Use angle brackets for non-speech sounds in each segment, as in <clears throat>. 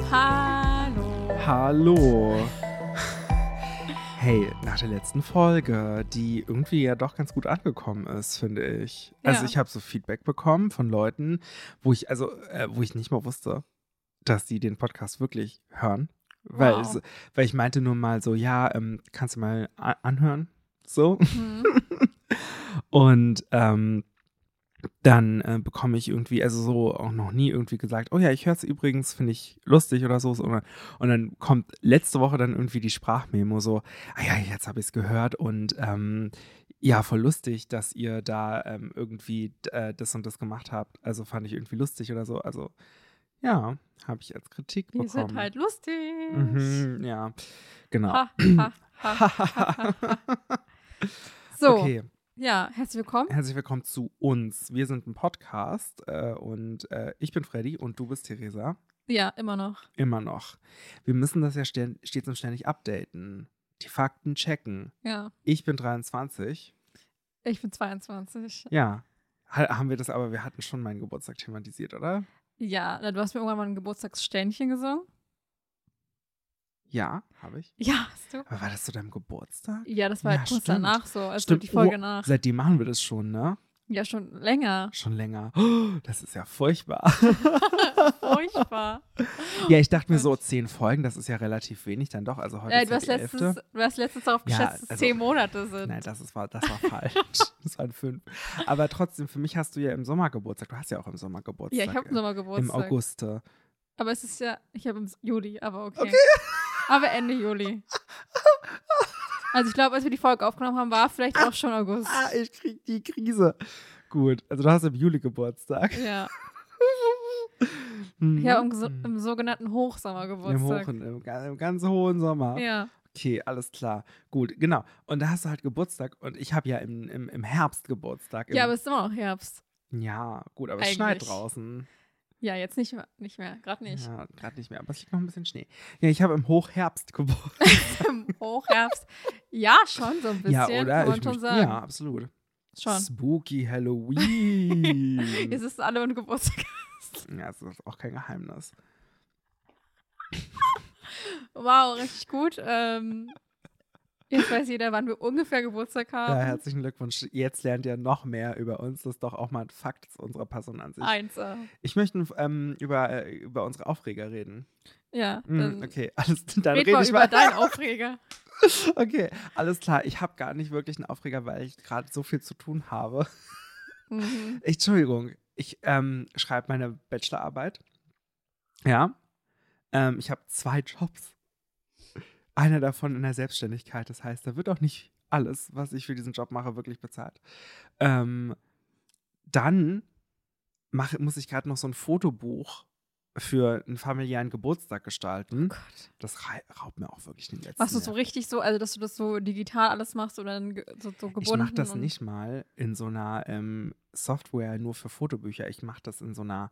<laughs> Hallo. Hallo. <laughs> Hey, nach der letzten Folge, die irgendwie ja doch ganz gut angekommen ist, finde ich. Also Ja. ich habe so Feedback bekommen von Leuten, wo ich also äh, wo ich nicht mal wusste, dass die den Podcast wirklich hören, weil Wow. es, weil ich meinte nur mal so, ja, ähm, kannst du mal a- anhören, so Hm. und ähm, dann äh, bekomme ich irgendwie, also so auch noch nie irgendwie gesagt, oh ja, ich höre es übrigens, finde ich lustig oder so. Und dann, und dann kommt letzte Woche dann irgendwie die Sprachmemo so, ah ja, jetzt habe ich es gehört und ähm, ja, voll lustig, dass ihr da ähm, irgendwie äh, das und das gemacht habt. Also fand ich irgendwie lustig oder so. Also ja, habe ich als Kritik Wir bekommen. sind halt lustig. mhm, ja, genau. Ha, ha, ha, ha, <laughs> ha. So, Okay. ja, herzlich willkommen. Herzlich willkommen zu uns. Wir sind ein Podcast äh, und äh, ich bin Freddy und du bist Theresa. Ja, immer noch. Immer noch. Wir müssen das ja stä- stets und ständig updaten. Die Fakten checken. Ja, Ich bin 23. ich bin 22. Ja. Ha haben wir das aber, wir hatten schon meinen Geburtstag thematisiert, oder? Ja, na, du hast mir irgendwann mal ein Geburtstagsständchen gesungen. Ja, habe ich. Ja, hast du? Aber war das zu deinem Geburtstag? Ja, das war Ja, halt kurz stimmt. danach so, also Stimmt. die Folge Oh, nach. Seitdem machen wir das schon, ne? Ja, schon länger. <gasps> Schon länger. Oh, Das ist <laughs> ja furchtbar. Furchtbar. ja, ich dachte mir so, zehn Folgen, das ist ja relativ wenig dann doch. Also heute Äh, ist du, ja hast die elfte. letztens, du hast letztens darauf Ja, geschätzt, dass es also- zehn Monate sind. Nein, das, ist, war, das war <laughs> falsch. das waren fünf. Aber trotzdem, für mich hast du ja im Sommer Geburtstag. Du hast ja auch im Sommer Geburtstag. ja, ich habe im einen Sommergeburtstag. Im August. Aber Aber es ist ja, ich habe im S- Juli, aber okay. <laughs> Aber Ende Juli. Also ich glaube, als wir die Folge aufgenommen haben, war vielleicht auch schon August. ah, ich krieg die Krise. Gut, also du hast im Juli Geburtstag. Ja, Mhm. ich habe im, so- Mhm. im sogenannten im Hochsommergeburtstag. hohen, im, ga- im ganz hohen Sommer. Ja, Okay, alles klar. Gut, genau. Und da hast du halt Geburtstag und ich habe ja im, im, im Herbst Geburtstag. Im, ja, aber es ist immer noch Herbst. ja, gut, aber es schneit Eigentlich. draußen. Ja, jetzt nicht mehr, nicht mehr, gerade nicht. Ja, gerade nicht mehr, aber es liegt noch ein bisschen Schnee. Ja, ich habe im Hochherbst Geburtstag. <laughs> Im Hochherbst. Ja, schon so ein bisschen, <laughs> ja, oder? kann man Ich schon möchte- sagen. Ja, absolut. Schon. Spooky <laughs> Halloween. Es ist alle und Geburtstag. ja, das ist auch kein Geheimnis. Wow, richtig gut. Ähm, jetzt weiß jeder, wann wir ungefähr Geburtstag haben. Ja, herzlichen Glückwunsch. Jetzt lernt ihr noch mehr über uns. Das ist doch auch mal ein Fakt zu unserer Person an sich. Eins. äh, Ich möchte ähm, über, äh, über unsere Aufreger reden. Ja, Mm, dann okay, <laughs> alles dann Ähm, red rede mal ich über mal. <laughs> deinen Aufreger. Okay, alles klar. Ich habe gar nicht wirklich einen Aufreger, weil ich gerade so viel zu tun habe. Mhm. Ich, Entschuldigung, ich ähm, schreibe meine Bachelorarbeit. Ja. Ähm, ich habe zwei Jobs. Einer davon in der Selbstständigkeit. Das heißt, da wird auch nicht alles, was ich für diesen Job mache, wirklich bezahlt. Ähm, dann mach, muss ich gerade noch so ein Fotobuch für einen familiären Geburtstag gestalten. Oh Gott. Oh Das rei- raubt mir auch wirklich den letzten Machst du so Nerv. richtig so, also dass du das so digital alles machst oder dann ge- so, so gebunden? Ich mache das und- nicht mal in so einer ähm, Software nur für Fotobücher. Ich mache das in so einer,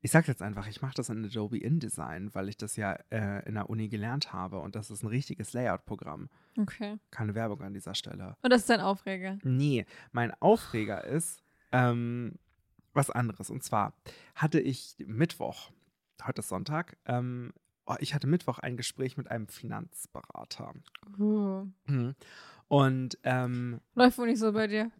ich sage jetzt einfach, ich mache das in Adobe InDesign, weil ich das ja äh, in der Uni gelernt habe und das ist ein richtiges Layout-Programm. Okay. Keine Werbung an dieser Stelle. Und das ist dein Aufreger. Nee, mein Aufreger ist ähm, was anderes. Und zwar hatte ich Mittwoch, heute ist Sonntag, ähm, oh, ich hatte Mittwoch ein Gespräch mit einem Finanzberater. Uh. Mhm. Und ähm, Läuft wohl nicht so bei dir.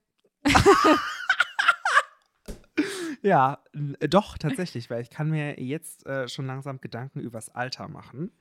Ja, n- doch, tatsächlich, weil ich kann mir jetzt äh, schon langsam Gedanken übers Alter machen,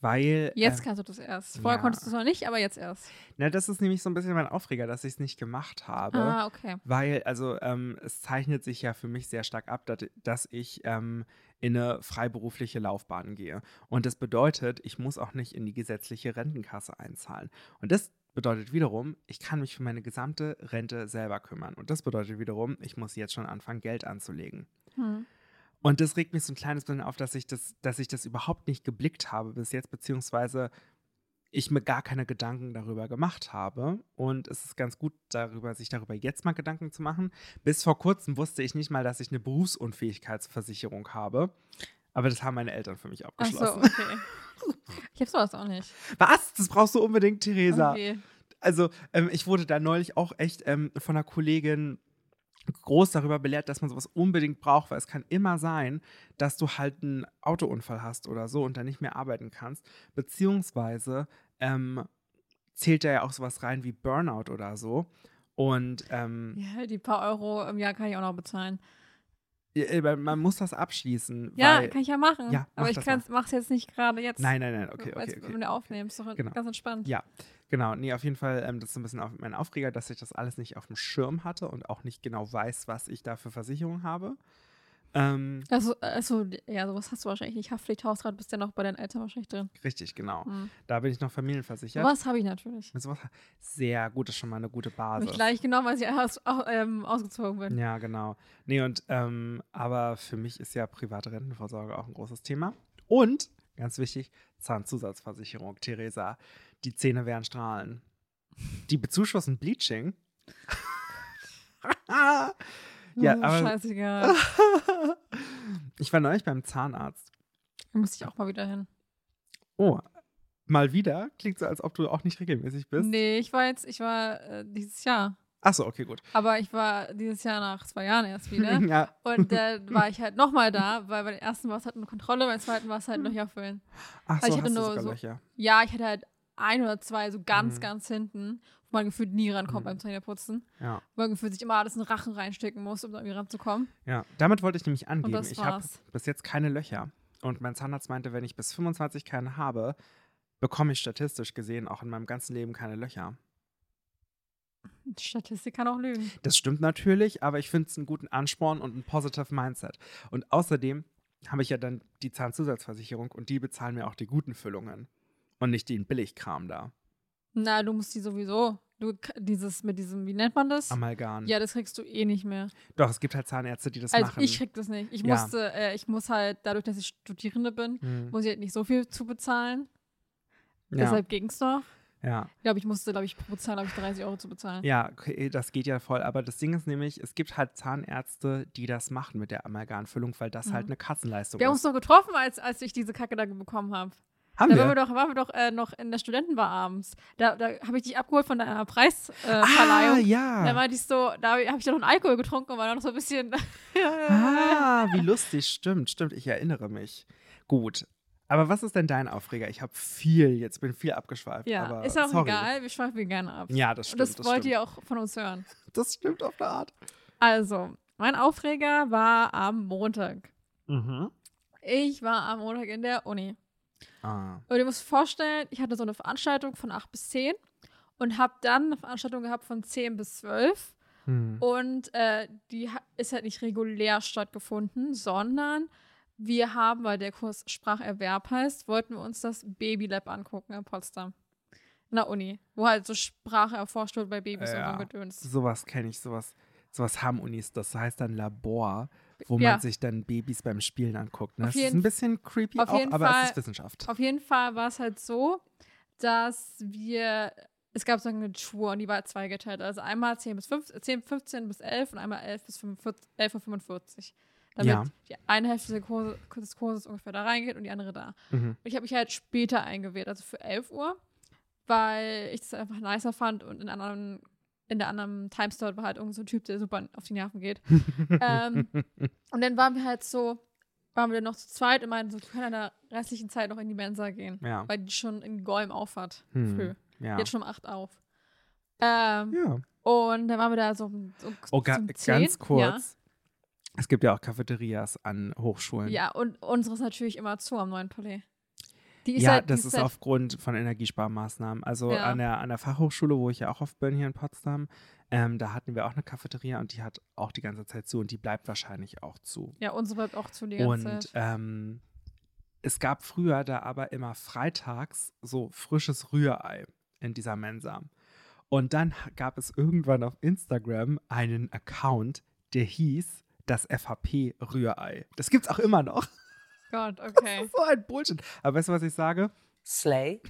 weil Jetzt äh, kannst du das erst. Vorher ja. konntest du es noch nicht, aber jetzt erst. na, das ist nämlich so ein bisschen mein Aufreger, dass ich es nicht gemacht habe, Ah, okay. weil also ähm, es zeichnet sich ja für mich sehr stark ab, dass, dass ich ähm, in eine freiberufliche Laufbahn gehe und das bedeutet, ich muss auch nicht in die gesetzliche Rentenkasse einzahlen und das bedeutet wiederum, ich kann mich für meine gesamte Rente selber kümmern und das bedeutet wiederum, ich muss jetzt schon anfangen, Geld anzulegen. Hm. Und das regt mich so ein kleines bisschen auf, dass ich das, dass ich das überhaupt nicht geblickt habe bis jetzt, beziehungsweise ich mir gar keine Gedanken darüber gemacht habe. Und es ist ganz gut, darüber, sich darüber jetzt mal Gedanken zu machen. Bis vor kurzem wusste ich nicht mal, dass ich eine Berufsunfähigkeitsversicherung habe. Aber das haben meine Eltern für mich Ach so, abgeschlossen. okay. Ich hab sowas auch nicht. Was? Das brauchst du unbedingt, Theresa. Okay. Also, ähm, ich wurde da neulich auch echt ähm, von einer Kollegin groß darüber belehrt, dass man sowas unbedingt braucht, weil es kann immer sein, dass du halt einen Autounfall hast oder so und dann nicht mehr arbeiten kannst. Beziehungsweise ähm, zählt da ja auch sowas rein wie Burnout oder so. Und ähm, Ja, die paar Euro im Jahr kann ich auch noch bezahlen. äh, äh, man muss das abschließen. Ja, weil, kann ich ja machen. Ja, mach aber ich das kann's, mach's jetzt nicht gerade jetzt. Nein, nein, nein, okay, als okay, okay. wenn du aufnimmst, doch Genau. ganz entspannt. Ja, genau. Nee, auf jeden Fall, ähm, das ist ein bisschen auf mein Aufreger, dass ich das alles nicht auf dem Schirm hatte und auch nicht genau weiß, was ich da für Versicherung habe. Ähm, Also, also, ja, sowas hast du wahrscheinlich nicht. Haftpflichthausrat bist ja noch bei deinen Eltern wahrscheinlich drin. richtig, genau. Hm. Da bin ich noch familienversichert. Sowas habe ich natürlich. Mit sowas- Sehr gut, ist schon mal eine gute Habe ich Basis. gleich genommen, als ich aus, au- ähm, ausgezogen bin. Ja, genau. Nee, und ähm, aber für mich ist ja private Rentenvorsorge auch ein großes Thema. Und, ganz wichtig, Zahnzusatzversicherung, Theresa. Die Zähne werden strahlen. Die bezuschussen Bleaching. <laughs> Ah, ja, Oh, aber Ah. Scheißegal. <laughs> ich war neulich beim Zahnarzt. Da muss ich auch mal wieder hin. Oh, mal wieder. Klingt so, als ob du auch nicht regelmäßig bist. Nee, ich war jetzt, ich war äh, dieses Jahr. Achso, okay, gut. Aber ich war dieses Jahr nach zwei Jahren erst wieder. <laughs> ja. Und dann war ich halt nochmal da, weil bei den ersten war es halt eine Kontrolle, beim zweiten war es halt Löcher füllen. Achso, Ah, ich hast hatte du nur sogar so- Löcher. Ja, ich hatte halt ein oder zwei so ganz, Mhm. ganz hinten, wo man gefühlt nie rankommt Mhm. beim Zähneputzen. Ja. Wo man gefühlt sich immer alles in den Rachen reinstecken muss, um da irgendwie ranzukommen. Ja, damit wollte ich nämlich angeben. das Ich habe war's. bis jetzt keine Löcher. Und mein Zahnarzt meinte, wenn ich bis 25 keine habe, bekomme ich statistisch gesehen auch in meinem ganzen Leben keine Löcher. Die Statistik kann auch lügen. Das stimmt natürlich, aber ich finde es einen guten Ansporn und ein positive Mindset. Und außerdem habe ich ja dann die Zahnzusatzversicherung und die bezahlen mir auch die guten Füllungen und nicht den Billigkram da. Na, du musst die sowieso. Du, k- dieses mit diesem, wie nennt man das? Amalgam. Ja, das kriegst du eh nicht mehr. Doch, es gibt halt Zahnärzte, die das also machen. ich krieg das nicht. Ich Ja. musste, äh, ich muss halt, dadurch, dass ich Studierende bin, hm. muss ich halt nicht so viel zu bezahlen. ja, Deshalb ging's noch. ja. Ich glaube, ich musste, glaube ich, pro Zahn, glaube ich, 30 Euro zu bezahlen. Ja, okay, das geht ja voll. Aber das Ding ist nämlich, es gibt halt Zahnärzte, die das machen mit der Amalgamfüllung, weil das Mhm. halt eine Kassenleistung Wir haben uns ist. doch getroffen, als, als ich diese Kacke da bekommen habe. Haben Da waren wir doch, waren wir doch äh, noch in der Studentenbar abends. Da, da habe ich dich abgeholt von deiner Preisverleihung. Äh, ah, Verleihung. Da ja. meinte ich so, da habe ich hab ich doch noch einen Alkohol getrunken und war noch so ein bisschen. Ah, wie lustig. Stimmt, stimmt. Ich erinnere mich. Gut. Aber was ist denn dein Aufreger? Ich habe viel, jetzt bin viel abgeschweift. ja, aber ist auch sorry. egal, wir schweifen gerne ab. Ja, das und stimmt. das, wollt stimmt. ihr auch von uns hören. Das stimmt auf eine Art. Also, mein Aufreger war am Montag. Mhm. Ich war am Montag in der Uni. Ah. Und ihr müsst vorstellen, ich hatte so eine Veranstaltung von 8 bis 10 und habe dann eine Veranstaltung gehabt von 10 bis 12. Hm. Und äh, die ha- ist halt nicht regulär stattgefunden, sondern wir haben, weil der Kurs Spracherwerb heißt, wollten wir uns das Babylab angucken in Potsdam. In der Uni, wo halt so Sprache erforscht wird bei Babys und Ja. so Gedöns. Sowas kenne ich, sowas, sowas haben Unis. Das heißt dann Labor, wo Ja. man sich dann Babys beim Spielen anguckt. Ne? Auf Das ist jeden- ein bisschen creepy auf auch, jeden aber es Fall- ist Wissenschaft. Auf jeden Fall war es halt so, dass wir, es gab so eine Tour und die war zweigeteilt. Also einmal 10 bis 15, 10, 15 bis 11 und einmal 11 bis 45, 11 Uhr 45. Damit Ja. die eine Hälfte der Kurse, des Kurses ungefähr da reingeht und die andere da. Mhm. Und ich habe mich halt später eingewählt, also für 11 Uhr, weil ich das einfach nicer fand und in, anderen, in der anderen Timestore war halt irgend so ein Typ, der super auf die Nerven <laughs> geht. ähm, und dann waren wir halt so, waren wir dann noch zu zweit und meinten so, wir können in der restlichen Zeit noch in die Mensa gehen, Ja. weil die schon in Golm aufhat, Hm. früh. Ja. Jetzt schon um 8 auf. Ähm, ja. Und dann waren wir da so um, so Oh, ga um 10. ganz Ja. kurz. Es gibt ja auch Cafeterias an Hochschulen. ja, und unsere ist natürlich immer zu am neuen Palais. Die ja, halt- die das ist halt- aufgrund von Energiesparmaßnahmen. Also Ja. an, der, an der Fachhochschule, wo ich ja auch oft bin, hier in Potsdam, ähm, da hatten wir auch eine Cafeteria und die hat auch die ganze Zeit zu und die bleibt wahrscheinlich auch zu. Ja, unsere bleibt auch zu die ganze Und Zeit. ähm, es gab früher da aber immer freitags so frisches Rührei in dieser Mensa. Und dann ha- gab es irgendwann auf Instagram einen Account, der hieß das FHP Rührei. Das gibt's auch immer noch. <laughs> Gott, okay. So ein Bullshit. Aber weißt du, was ich sage? Slay.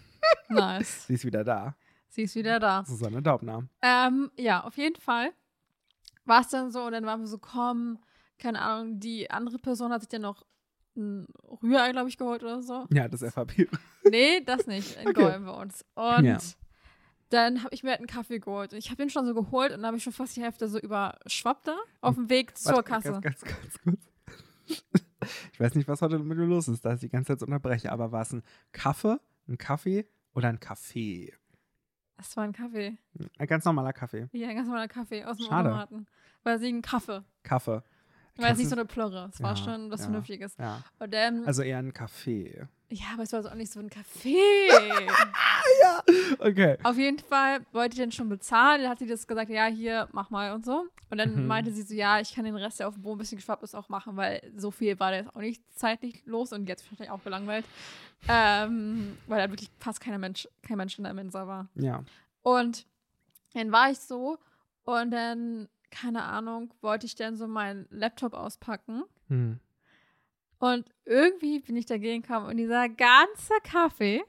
Nice. Sie ist wieder da. Sie ist wieder da. Susanne Daubner. Ähm, ja, auf jeden Fall war es dann so und dann waren wir so, komm, keine Ahnung, die andere Person hat sich dann noch ein Rührei, glaube ich, geholt oder so. Ja, das FHP. Nee, das nicht. In Okay. Golm bei uns. Und Ja. Dann habe ich mir halt einen Kaffee geholt. Ich habe den schon so geholt und dann habe ich schon fast die Hälfte so überschwappt da auf dem Weg zur Warte, Kasse. Ganz, ganz, ganz kurz. <laughs> Ich weiß nicht, was heute mit mir los ist, da ich die ganze Zeit so unterbreche, aber war es ein Kaffee, ein Kaffee oder ein Kaffee? Das war ein Kaffee. Ein ganz normaler Kaffee. Ja, ein ganz normaler Kaffee aus dem Schade. Automaten. Weil sie ein Kaffee. Kaffee. Weil es Kannst nicht so du- eine Plörre. Es war Ja, schon was ja. Vernünftiges. Ja. Und dann, Also eher ein Kaffee. ja, aber es war so auch nicht so ein <laughs> Kaffee. Okay. Auf jeden Fall wollte ich den schon bezahlen. Dann hat sie das gesagt, ja, hier, mach mal und so. Und dann Mhm. meinte sie so, ja, ich kann den Rest, der auf dem Boden ein bisschen geschwappt ist, auch machen, weil so viel war da jetzt auch nicht zeitlich los und jetzt vielleicht auch gelangweilt. Ähm, weil da wirklich fast keiner Mensch, kein Mensch in der Mensa war. Ja. Und dann war ich so und dann, keine Ahnung, wollte ich dann so meinen Laptop auspacken. Hm. Und irgendwie bin ich dagegen gekommen und dieser ganze Kaffee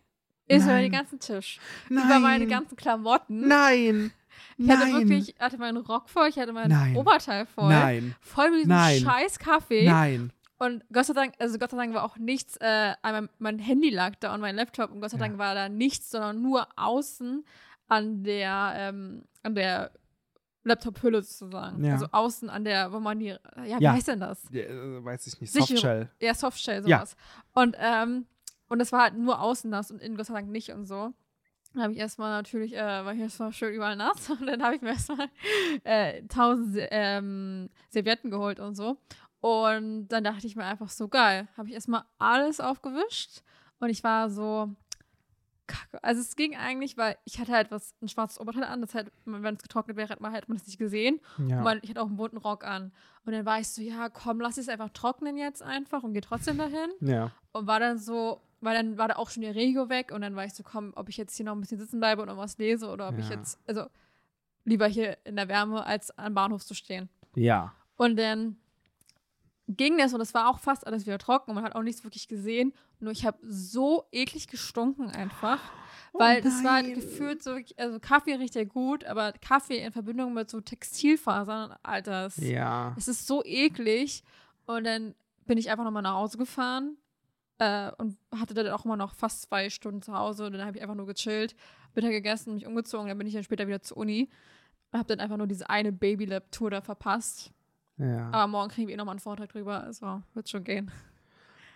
ist über Nein. den ganzen Tisch. Über meine ganzen Klamotten. Nein. Ich hatte wirklich, ich hatte meinen Rock voll, ich hatte mein Nein. Oberteil voll. Nein. Voll mit diesem Nein. scheiß Kaffee. Nein. Und Gott sei Dank, also Gott sei Dank war auch nichts, äh, an meinem- mein Handy lag da und mein Laptop und Gott sei Ja. Dank war da nichts, sondern nur außen an der, ähm, an der Laptop-Hülle sozusagen. Ja. Also außen an der, wo man die, ja, wie Ja. heißt denn das? Ja, äh, weiß ich nicht. Sicherung. Softshell. Ja, Softshell, Ja. sowas. Und, ähm, und das war halt nur außen nass und innen Gott sei Dank nicht und so. Dann habe ich erstmal natürlich, äh, war ich erstmal schön überall nass <laughs> und dann habe ich mir erstmal äh, tausend Se- ähm, Servietten geholt und so. Und dann dachte ich mir einfach so, geil, habe ich erstmal alles aufgewischt und ich war so, kacke. Also es ging eigentlich, weil ich hatte halt was, ein schwarzes Oberteil an, das halt, wenn es getrocknet wäre, hätte man, hätte man das nicht gesehen. Ja. Und mein- ich hatte auch einen bunten Rock an. Und dann war ich so, ja, komm, lass es einfach trocknen jetzt einfach und geh trotzdem dahin. ja. Und war dann so, weil dann war da auch schon die Regio weg und dann war ich so, komm, ob ich jetzt hier noch ein bisschen sitzen bleibe und noch was lese oder ob ich Ja. jetzt, also lieber hier in der Wärme als am Bahnhof zu stehen. Ja. Und dann ging das und es war auch fast alles wieder trocken und man hat auch nichts wirklich gesehen. Nur ich habe so eklig gestunken einfach. Oh Weil das war nein. gefühlt so, also Kaffee riecht ja gut, aber Kaffee in Verbindung mit so Textilfasern, Alter, es, Ja. es ist so eklig. Und dann bin ich einfach nochmal nach Hause gefahren äh, und hatte dann auch immer noch fast zwei Stunden zu Hause. Und dann habe ich einfach nur gechillt, Mittag gegessen, mich umgezogen, dann bin ich dann später wieder zur Uni. Habe dann einfach nur diese eine Babylab-Tour da verpasst. Ja. Aber morgen kriegen wir eh nochmal einen Vortrag drüber, also wird schon gehen.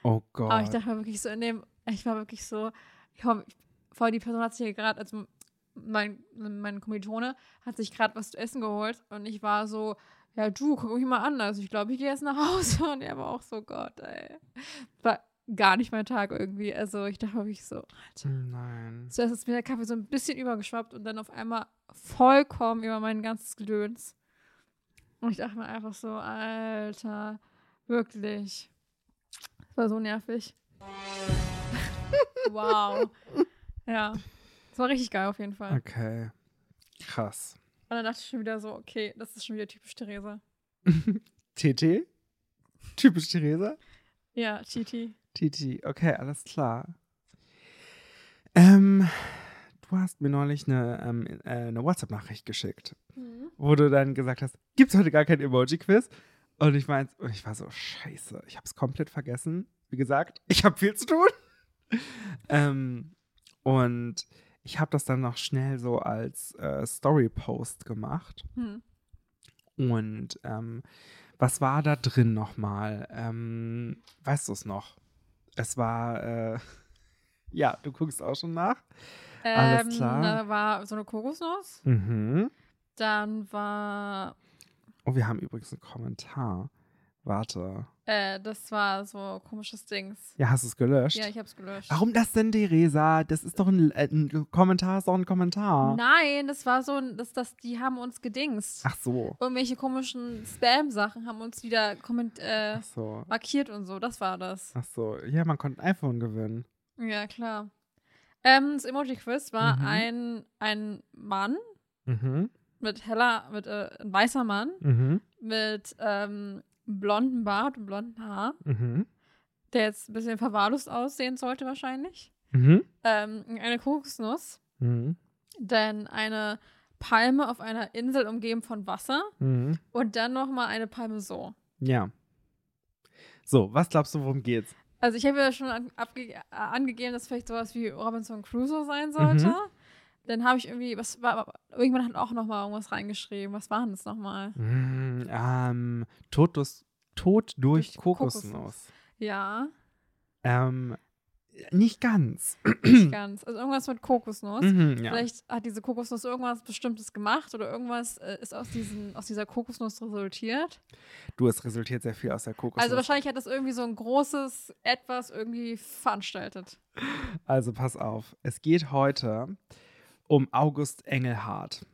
Oh Gott. Aber ich dachte mir wirklich so in dem, ich war wirklich so, ich hab, voll die Person hat sich hier gerade, also mein, mein Kommilitone hat sich gerade was zu essen geholt und ich war so, ja du, guck mich mal an, also ich glaube, ich gehe jetzt nach Hause <laughs> und er war auch so, Gott, ey. War gar nicht mein Tag irgendwie, also ich dachte wirklich so, Alter. Nein. Zuerst ist mir der Kaffee so ein bisschen übergeschwappt und dann auf einmal vollkommen über mein ganzes Gedöns. Und ich dachte mir einfach so, Alter, wirklich. Das war so nervig. <laughs> wow. Ja. Das war richtig geil auf jeden Fall. Und Okay. Krass. dann dachte ich schon wieder so, okay, das ist schon wieder typisch Theresa. TT? Typisch Theresa? Ja, Titi. TT. Okay, alles klar. Ähm, du hast mir neulich eine, ähm, äh, eine WhatsApp-Nachricht geschickt, wo du dann gesagt hast, gibt's heute gar kein Emoji-Quiz? Und ich meinte, und ich war so, scheiße, ich hab's komplett vergessen. Wie gesagt, ich habe viel zu tun. <laughs> ähm, und ich habe das dann noch schnell so als äh, Story-Post gemacht. Hm. Und ähm, was war da drin nochmal? Ähm, weißt du es noch? Es war, äh, <laughs> ja, du guckst auch schon nach. Alles Ähm, klar. Da war so eine Kokosnuss. Mhm. Dann war Oh, wir haben übrigens einen Kommentar. Warte. Äh, das war so komisches Dings. Ja, hast du es gelöscht? Ja, ich hab's gelöscht. Warum das denn, Theresa? Das ist doch ein, äh, ein Kommentar, ist doch ein Kommentar. Nein, das war so, ein- das, das, die haben uns gedingst. Ach so. Irgendwelche komischen Spam-Sachen haben uns wieder komment, äh, Ach so. markiert und so. Das war das. Ach so. Ja, man konnte ein iPhone gewinnen. Ja, klar. Ähm, das Emoji-Quiz war Mhm. ein, ein Mann Mhm. mit heller, mit äh, ein weißer Mann Mhm. mit ähm, blonden Bart und blonden Haar, Mhm. der jetzt ein bisschen verwahrlost aussehen sollte wahrscheinlich. Mhm. Ähm, eine Kokosnuss. Mhm. Dann eine Palme auf einer Insel umgeben von Wasser Mhm. und dann nochmal eine Palme so. Ja. So, was glaubst du, worum geht's? Mhm. Also ich habe ja schon an, abge- äh, angegeben, dass vielleicht sowas wie Robinson Crusoe sein sollte. Dann habe ich irgendwie, was war, irgendwann hat auch nochmal irgendwas reingeschrieben. Was war denn das nochmal? Mm, ähm, Tod, durch, Tod durch, Durch Kokosnuss. Kokosnuss. Ja, <clears throat> Ähm, nicht ganz. nicht ganz. Also irgendwas mit Kokosnuss. Mhm, ja. Vielleicht hat diese Kokosnuss irgendwas Bestimmtes gemacht oder irgendwas äh, ist aus, diesen, aus dieser Kokosnuss resultiert. Du, es resultiert sehr viel aus der Kokosnuss. Also wahrscheinlich hat das irgendwie so ein großes Etwas irgendwie veranstaltet. Also pass auf, es geht heute um August Engelhardt.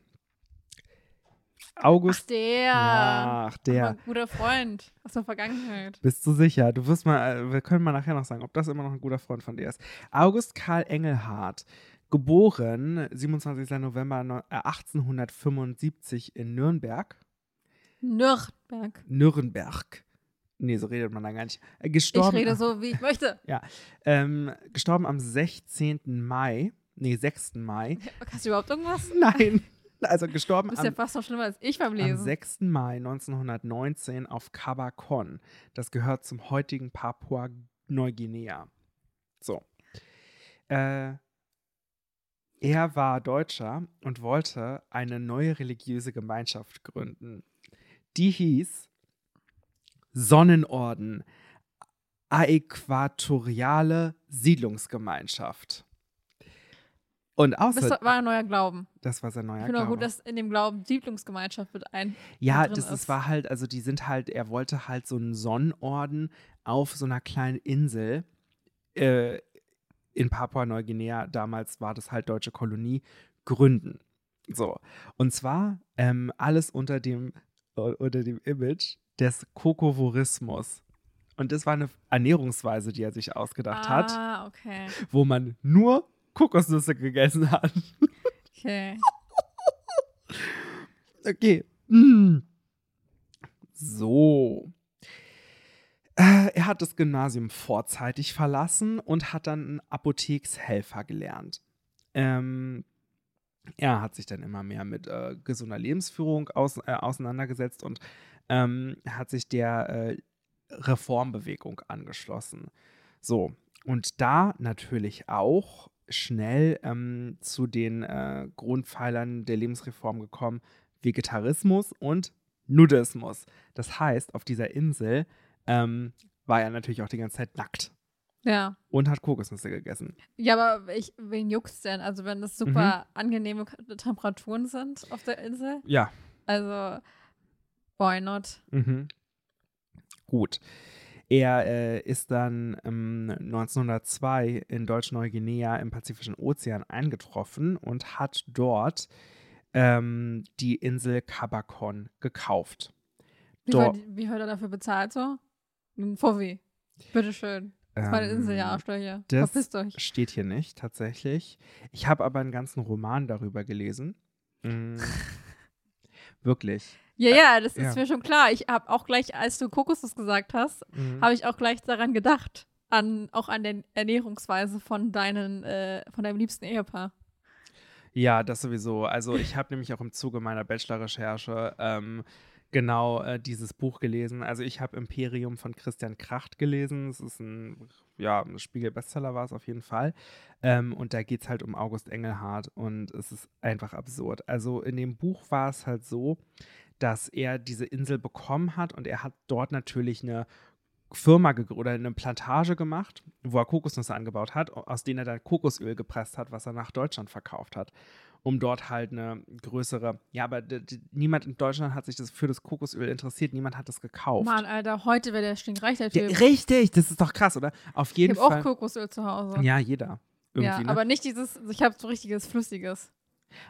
Ach, August, der. ach, der. Mein guter Freund aus der Vergangenheit. Bist du sicher? Du wirst mal, äh, wir können mal nachher noch sagen, ob das immer noch ein guter Freund von dir ist. August Karl Engelhardt, geboren 27. November neu- äh, 1875 in Nürnberg. Nürnberg. Nürnberg. Nee, so redet man da gar nicht. Äh, Ich gestorben, rede so, wie ich möchte. ähm, gestorben am 16. Mai. Nee, 6. Mai. <laughs> <laughs> Hast du überhaupt irgendwas? Nein. Also Du gestorben bist am ja fast noch schlimmer als ich beim Am Lesen. 6. Mai 1919 auf Kabakon. Das gehört zum heutigen Papua-Neuguinea. So. Äh, er war Deutscher und wollte eine neue religiöse Gemeinschaft gründen. Die hieß Sonnenorden Aäquatoriale Siedlungsgemeinschaft. Und Das außer, war ein neuer Glauben. das war sein neuer ich finde auch Glaube. gut, dass in dem Glauben Siedlungsgemeinschaft mit ein. Ja, drin das ist, ist. war halt, also die sind halt, er wollte halt so einen Sonnenorden auf so einer kleinen Insel äh, in Papua-Neuguinea, damals war das halt deutsche Kolonie, gründen. So. Und zwar ähm, alles unter dem, äh, unter dem Image des Kokovorismus. Und das war eine Ernährungsweise, die er sich ausgedacht hat, Ah, okay. wo man nur Kokosnüsse gegessen hat. Okay. Okay. Mm. So. Äh, Er hat das Gymnasium vorzeitig verlassen und hat dann einen Apothekshelfer gelernt. Ähm, er hat sich dann immer mehr mit äh, gesunder Lebensführung aus, äh, auseinandergesetzt und ähm, hat sich der äh, Reformbewegung angeschlossen. So, und da natürlich auch schnell ähm, zu den äh, Grundpfeilern der Lebensreform gekommen, Vegetarismus und Nudismus. Das heißt, auf dieser Insel ähm, war er natürlich auch die ganze Zeit nackt Ja. und hat Kokosnüsse gegessen. Ja, aber ich, wen juckt's denn? Also, wenn das Mhm. super angenehme K- Temperaturen sind auf der Insel. Ja. Also, why not? Mhm. Gut. Er äh, ist dann ähm, 1902 in Deutsch-Neuguinea im Pazifischen Ozean eingetroffen und hat dort ähm, die Insel Kabakon gekauft. Wie, Doch. wird, wie wird er dafür bezahlt so? Ein Fuffi. Bitteschön. Das war eine Insel, ja, Arschlöcher. Ähm, das- Verpisst euch. Steht hier nicht, tatsächlich. Ich habe aber einen ganzen Roman darüber gelesen. Mm. <laughs> Wirklich. Ja, ja, das ja. ist mir schon klar. Ich habe auch gleich, als du Kokosnuss gesagt hast, Mhm. habe ich auch gleich daran gedacht. An, auch an der Ernährungsweise von deinen, äh, von deinem liebsten Ehepaar. Ja, das sowieso. Also ich habe nämlich auch im Zuge meiner Bachelor-Recherche ähm, genau äh, dieses Buch gelesen. Also ich habe Imperium von Christian Kracht gelesen. Es ist ein, ja, ein Spiegel-Bestseller war es auf jeden Fall. Ähm, und da geht es halt um August Engelhardt und es ist einfach absurd. Also in dem Buch war es halt so, dass er diese Insel bekommen hat und er hat dort natürlich eine Firma gegr- oder eine Plantage gemacht, wo er Kokosnüsse angebaut hat, aus denen er dann Kokosöl gepresst hat, was er nach Deutschland verkauft hat, um dort halt eine größere. Ja, aber d- d- niemand in Deutschland hat sich das für das Kokosöl interessiert, niemand hat das gekauft. Mann, Alter, heute wäre der stinkreich, der Der- Typ. richtig, das ist doch krass, oder? Auf ich jeden habe auch Fall. Kokosöl zu Hause. Ja, jeder. Irgendwie, Ja, ne? aber nicht dieses, ich habe so richtiges, flüssiges.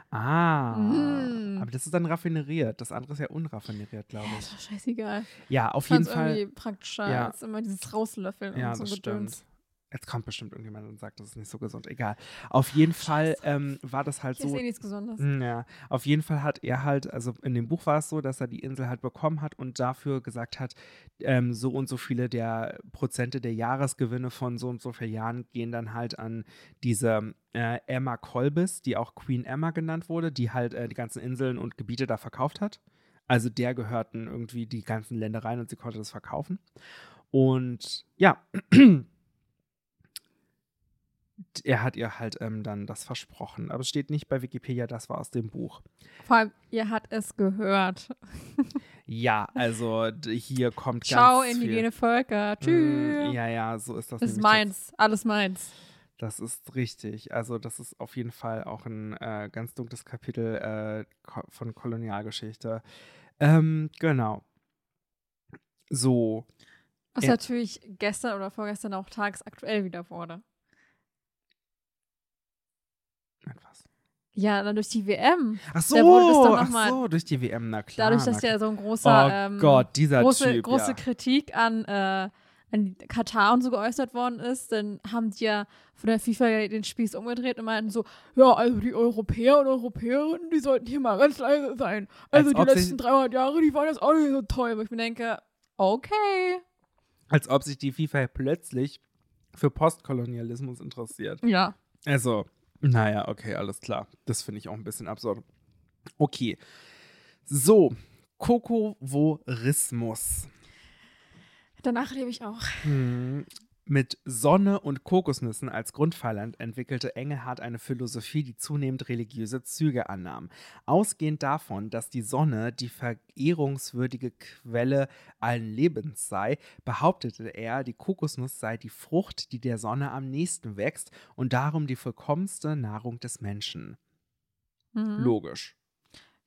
Ah, Mm. aber das ist dann raffineriert. Das andere ist ja unraffineriert, glaube Ja, ich. ist doch scheißegal. Ja, auf Ich jeden fand's Fall. irgendwie praktischer Ja. als immer dieses Rauslöffeln Ja, und so das Gedöns. stimmt. Jetzt kommt bestimmt irgendjemand und sagt, das ist nicht so gesund. Egal. Auf jeden Fall ähm, war das halt Ich esse so. eh nichts Besonderes. Mm, Ja, auf jeden Fall hat er halt, also in dem Buch war es so, dass er die Insel halt bekommen hat und dafür gesagt hat, ähm, so und so viele der Prozente der Jahresgewinne von so und so vielen Jahren gehen dann halt an diese äh, Emma Kolbis, die auch Queen Emma genannt wurde, die halt äh, die ganzen Inseln und Gebiete da verkauft hat. Also der gehörten irgendwie die ganzen Ländereien und sie konnte das verkaufen. Und ja, er hat ihr halt ähm, dann das versprochen. Aber es steht nicht bei Wikipedia, das war aus dem Buch. Vor allem, ihr hat es gehört. Ja, also d- hier kommt Ciao, ganz indigene Völker. viel. Mm, Tschüss. Ja, ja, so ist das. Das ist nämlich meins. Alles meins. Das ist richtig. Also das ist auf jeden Fall auch ein äh, ganz dunkles Kapitel äh, ko von Kolonialgeschichte. Ähm, genau. So, Was Ja. natürlich gestern oder vorgestern auch tagsaktuell wieder wurde. etwas. Ja, dann durch die WM. Ach so, wurde das doch noch ach mal- so, durch die WM, na klar. Dadurch, dass na ja so ein großer, klar. Oh ähm, Gott, dieser große, Typ. große ja. Kritik an, äh, an Katar und so geäußert worden ist, dann haben die ja von der FIFA ja den Spieß umgedreht und meinten so, ja, also die Europäer und Europäerinnen, die sollten hier mal ganz leise sein. Also Als die ob sich- letzten 300 Jahre, die waren das auch nicht so toll. Wo ich mir denke, okay. Als ob sich die FIFA plötzlich für Postkolonialismus interessiert. Ja. Also, naja, okay, alles klar. Das finde ich auch ein bisschen absurd. Okay. So, Kokovorismus. Danach lebe ich auch. Hm. Mit Sonne und Kokosnüssen als Grundpfeilern entwickelte Engelhardt eine Philosophie, die zunehmend religiöse Züge annahm. Ausgehend davon, dass die Sonne die verehrungswürdige Quelle allen Lebens sei, behauptete er, die Kokosnuss sei die Frucht, die der Sonne am nächsten wächst und darum die vollkommenste Nahrung des Menschen. Mhm. Logisch.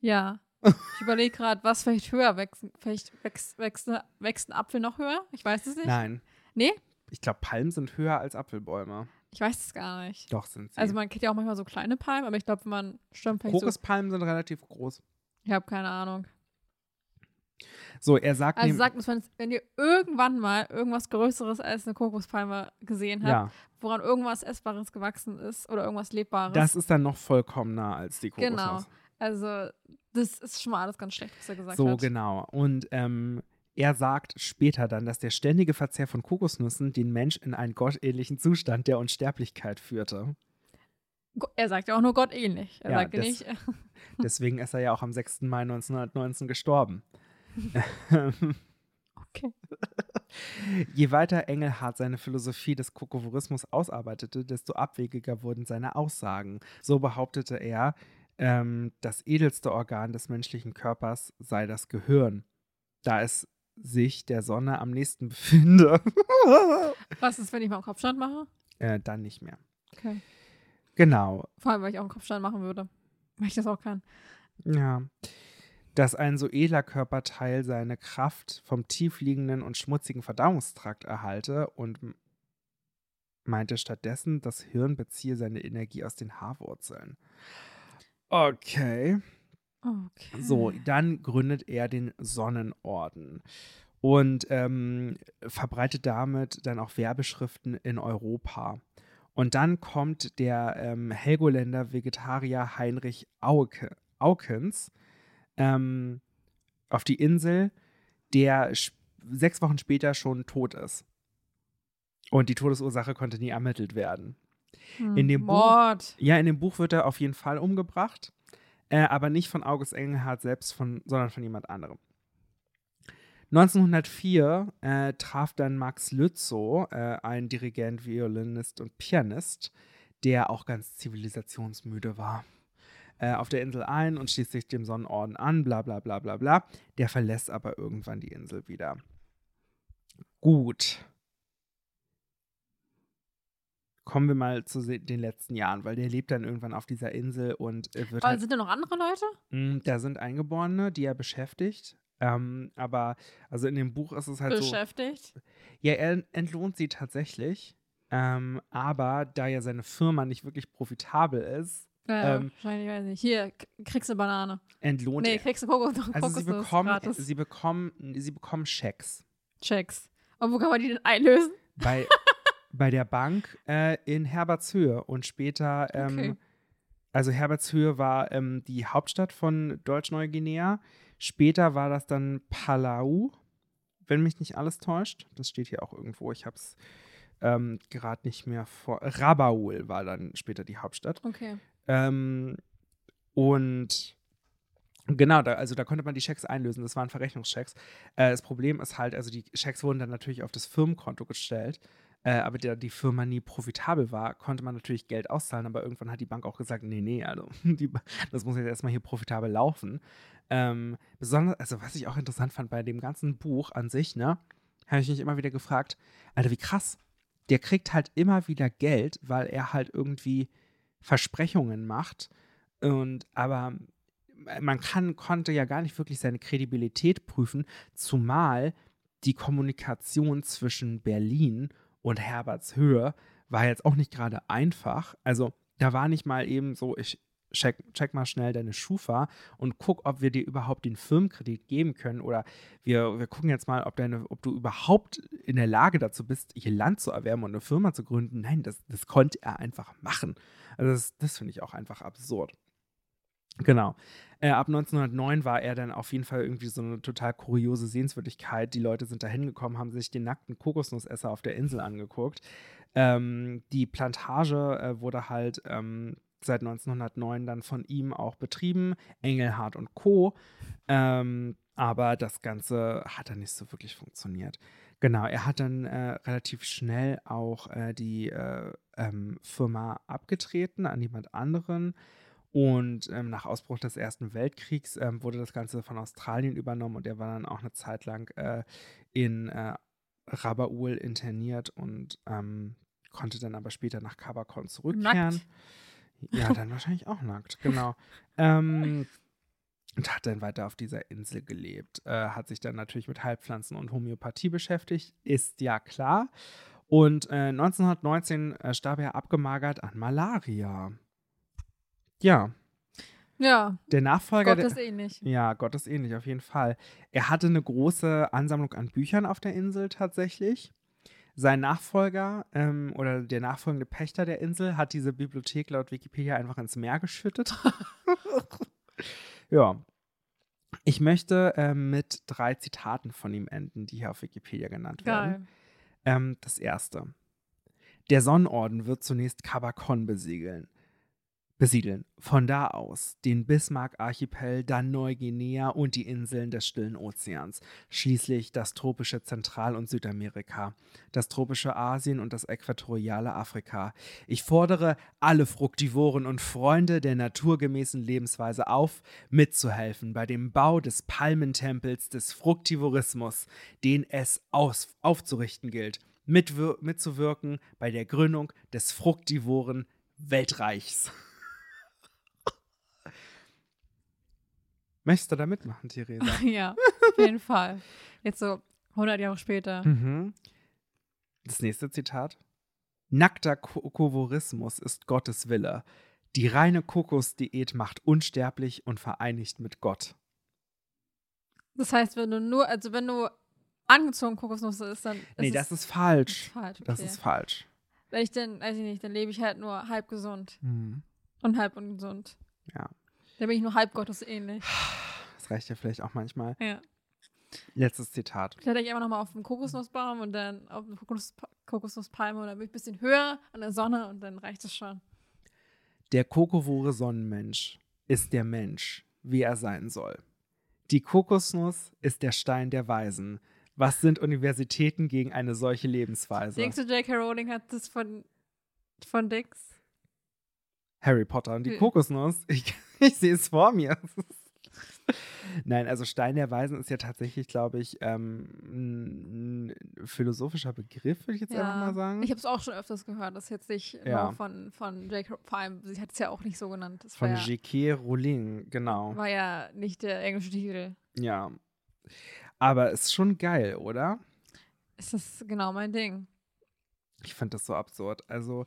Ja. Ich überlege gerade, was vielleicht höher wächst. Vielleicht wächst, wächst, wächst ein Apfel noch höher? Ich weiß es nicht. Nein. Nee? Ich glaube, Palmen sind höher als Apfelbäume. Ich weiß es gar nicht. Doch sind sie. Also man kennt ja auch manchmal so kleine Palmen, aber ich glaube, wenn man stimmt, vielleicht so. Kokospalmen sind relativ groß. Ich habe keine Ahnung. So, er sagt Also nämlich- sagt uns, wenn, wenn ihr irgendwann mal irgendwas Größeres als eine Kokospalme gesehen habt, ja. woran irgendwas Essbares gewachsen ist oder irgendwas Lebbares. Das ist dann noch vollkommener als die Kokosnuss. genau. Also das ist schon mal alles ganz schlecht, was er gesagt So, hat. genau. Und ähm, er sagt später dann, dass der ständige Verzehr von Kokosnüssen den Mensch in einen gottähnlichen Zustand der Unsterblichkeit führte. Go- Er sagt ja auch nur Gott ähnlich. Er Ja, sagt ja das- nicht, <laughs> <laughs> Deswegen ist er ja auch am 6. Mai 1919 gestorben. okay. <laughs> Je weiter Engelhardt seine Philosophie des Kokovorismus ausarbeitete, desto abwegiger wurden seine Aussagen. So behauptete er, ähm, das edelste Organ des menschlichen Körpers sei das Gehirn, da es sich der Sonne am nächsten befinde. <laughs> Was ist, wenn ich mal einen Kopfstand mache? äh, dann nicht mehr. Okay. Genau. Vor allem, weil ich auch einen Kopfstand machen würde. Weil ich das auch kann. Ja. Dass ein so edler Körperteil seine Kraft vom tiefliegenden und schmutzigen Verdauungstrakt erhalte und m- meinte stattdessen, das Hirn beziehe seine Energie aus den Haarwurzeln. Okay. Okay. So, dann gründet er den Sonnenorden und ähm, verbreitet damit dann auch Werbeschriften in Europa. Und dann kommt der ähm, Helgoländer Vegetarier Heinrich Auke, Aukens ähm, auf die Insel, der sch- sechs Wochen später schon tot ist. Und die Todesursache konnte nie ermittelt werden. Hm. in dem Buch- Mord. Ja, in dem Buch wird er auf jeden Fall umgebracht, äh, aber nicht von August Engelhardt selbst, von, sondern von jemand anderem. 1904 äh, traf dann Max Lützow, äh, ein Dirigent, Violinist und Pianist, der auch ganz zivilisationsmüde war, äh, auf der Insel ein und schließt sich dem Sonnenorden an, bla bla bla bla bla. Der verlässt aber irgendwann die Insel wieder. Gut. Kommen wir mal zu se- den letzten Jahren, weil der lebt dann irgendwann auf dieser Insel und äh, wird. Aber sind da noch andere Leute? Mm, Da sind Eingeborene, die er beschäftigt. Ähm, aber also in dem Buch ist es halt so. Beschäftigt? Ja, er entlohnt sie tatsächlich. Ähm, aber da ja seine Firma nicht wirklich profitabel ist, Ja, Ähm, wahrscheinlich weiß ich nicht. Hier, k- kriegst du eine Banane. entlohnt nee, er. kriegst du Kokos Also Kokosnuss sie bekommen, gratis. sie bekommen, sie bekommen <laughs> Schecks Checks. Und wo kann man die denn einlösen? bei, bei der Bank äh, in Herbertshöhe und später. Ähm, Okay. Also Herbertshöhe war ähm, die Hauptstadt von Deutsch-Neuguinea. Später war das dann Palau, wenn mich nicht alles täuscht. Das steht hier auch irgendwo. Ich habe es ähm, gerade nicht mehr vor. Rabaul war dann später die Hauptstadt. Okay. Ähm, und genau, da, also da konnte man die Schecks einlösen. Das waren Verrechnungschecks. Äh, das Problem ist halt, also die Schecks wurden dann natürlich auf das Firmenkonto gestellt. Äh, aber da die Firma nie profitabel war, konnte man natürlich Geld auszahlen, aber irgendwann hat die Bank auch gesagt, nee, nee, also <laughs> die, Ba- das muss jetzt erstmal hier profitabel laufen. Ähm, besonders, also was ich auch interessant fand bei dem ganzen Buch an sich, ne, habe ich mich immer wieder gefragt, Alter, wie krass. Der kriegt halt immer wieder Geld, weil er halt irgendwie Versprechungen macht. Und aber äh, man kann, konnte ja gar nicht wirklich seine Kredibilität prüfen, zumal die Kommunikation zwischen Berlin und Herbertshöhe war jetzt auch nicht gerade einfach. Also da war nicht mal eben so, ich check, check mal schnell deine Schufa und guck, ob wir dir überhaupt den Firmenkredit geben können oder wir, wir gucken jetzt mal, ob, deine, ob du überhaupt in der Lage dazu bist, hier Land zu erwerben und eine Firma zu gründen. Nein, das, das konnte er einfach machen. Also das, das finde ich auch einfach absurd. Genau. Äh, ab 1909 war er dann auf jeden Fall irgendwie so eine total kuriose Sehenswürdigkeit. Die Leute sind da hingekommen, haben sich den nackten Kokosnussesser auf der Insel angeguckt. Ähm, die Plantage äh, wurde halt ähm, seit 1909 dann von ihm auch betrieben, Engelhardt und Co. Ähm, aber das Ganze hat dann nicht so wirklich funktioniert. Genau, er hat dann äh, relativ schnell auch äh, die äh, ähm, Firma abgetreten an jemand anderen. Und ähm, nach Ausbruch des Ersten Weltkriegs ähm, wurde das Ganze von Australien übernommen und er war dann auch eine Zeit lang äh, in äh, Rabaul interniert und ähm, konnte dann aber später nach Kabakon zurückkehren. Nackt. Ja, dann wahrscheinlich auch nackt, genau. ähm, und hat dann weiter auf dieser Insel gelebt, äh, hat sich dann natürlich mit Heilpflanzen und Homöopathie beschäftigt, ist ja klar. Und äh, 1919 äh, starb er abgemagert an Malaria. Ja, Ja, der Nachfolger. Gott der- ist eh ähnlich. ja, Gott ist ähnlich, auf jeden Fall. Er hatte eine große Ansammlung an Büchern auf der Insel tatsächlich. Sein Nachfolger ähm, oder der nachfolgende Pächter der Insel hat diese Bibliothek laut Wikipedia einfach ins Meer geschüttet. ja. Ich möchte ähm, mit drei Zitaten von ihm enden, die hier auf Wikipedia genannt werden. Geil. <laughs> Ähm, das erste. Der Sonnenorden wird zunächst Kabakon besiegeln. Besiedeln. Von da aus den Bismarck-Archipel, dann Neuguinea und die Inseln des Stillen Ozeans. Schließlich das tropische Zentral- und Südamerika, das tropische Asien und das äquatoriale Afrika. Ich fordere alle Fruktivoren und Freunde der naturgemäßen Lebensweise auf, mitzuhelfen bei dem Bau des Palmentempels des Fruktivorismus, den es aus aufzurichten gilt, mitwir mitzuwirken bei der Gründung des Fruktivoren Weltreichs. <laughs> Möchtest du da mitmachen, Theresa? Ja, auf jeden Fall. Jetzt so 100 Jahre später. Mhm. Das nächste Zitat. Nackter Ko- Kovorismus ist Gottes Wille. Die reine Kokosdiät macht unsterblich und vereinigt mit Gott. Das heißt, wenn du nur, also wenn du angezogen Kokosnuss ist, dann ist Nee, es das ist falsch. falsch. Okay. Das ist falsch. wenn ich dann, weiß ich nicht, dann lebe ich halt nur halb gesund Mhm. und halb ungesund. Ja. Dann bin ich nur halb gottesähnlich. Das reicht ja vielleicht auch manchmal. Ja. Letztes Zitat. Kletter ich einfach nochmal auf den Kokosnussbaum und dann auf eine Kokos Kokosnusspalme oder ein bisschen höher an der Sonne und dann reicht es schon. Der kokowore Sonnenmensch ist der Mensch, wie er sein soll. Die Kokosnuss ist der Stein der Weisen. Was sind Universitäten gegen eine solche Lebensweise? Denkst du, J.K. Rowling hat das von, von Dix? Harry Potter und die Hm. Kokosnuss. <laughs> Ich, ich sehe es vor mir. <laughs> Nein, also Stein der Weisen ist ja tatsächlich, glaube ich, ähm, ein ein philosophischer Begriff, würde ich jetzt einfach mal sagen. Ich habe es auch schon öfters gehört, das ist jetzt nicht Ja. nur von, von J.K. Rowling, vor allem, sie hat es ja auch nicht so genannt. Das Von war, ja, J.K. Rowling, genau. war ja nicht der englische Titel. Ja. Aber ist schon geil, oder? Ist das genau mein Ding. Ich finde das so absurd. Also,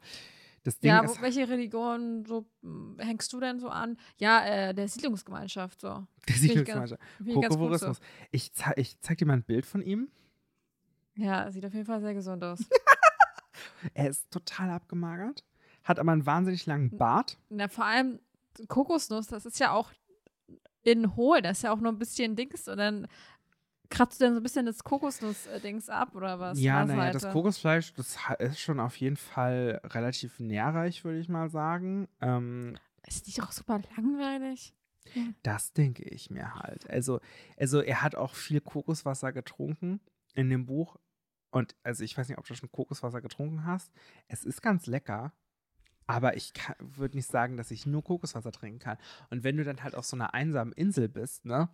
das Ding Ja, ist. halt, wo, welche Religion so, mh, hängst du denn so an? Ja, äh, der Siedlungsgemeinschaft, so. <laughs> Der ich ganz- Siedlungsmeister. Finde ich ganz gut so. Kokovorismus. Ich, zei- ich zeig dir mal ein Bild von ihm. Ja, sieht auf jeden Fall sehr gesund aus. Er ist total abgemagert, hat aber einen wahnsinnig langen Bart. Na, vor allem Kokosnuss, das ist ja auch in hohl, das ist ja auch nur ein bisschen Dings und dann kratzt du dann so ein bisschen das Kokosnuss-Dings ab oder was? halt Ja, Nasenseite. naja, das Kokosfleisch, das ha- ist schon auf jeden Fall relativ nährreich, würde ich mal sagen. Ähm, Ist nicht auch super langweilig? das denke ich mir halt. Also, also er hat auch viel Kokoswasser getrunken in dem Buch. Und also ich weiß nicht, ob du schon Kokoswasser getrunken hast. Es ist ganz lecker, aber ich würde nicht sagen, dass ich nur Kokoswasser trinken kann. Und wenn du dann halt auf so einer einsamen Insel bist, ne,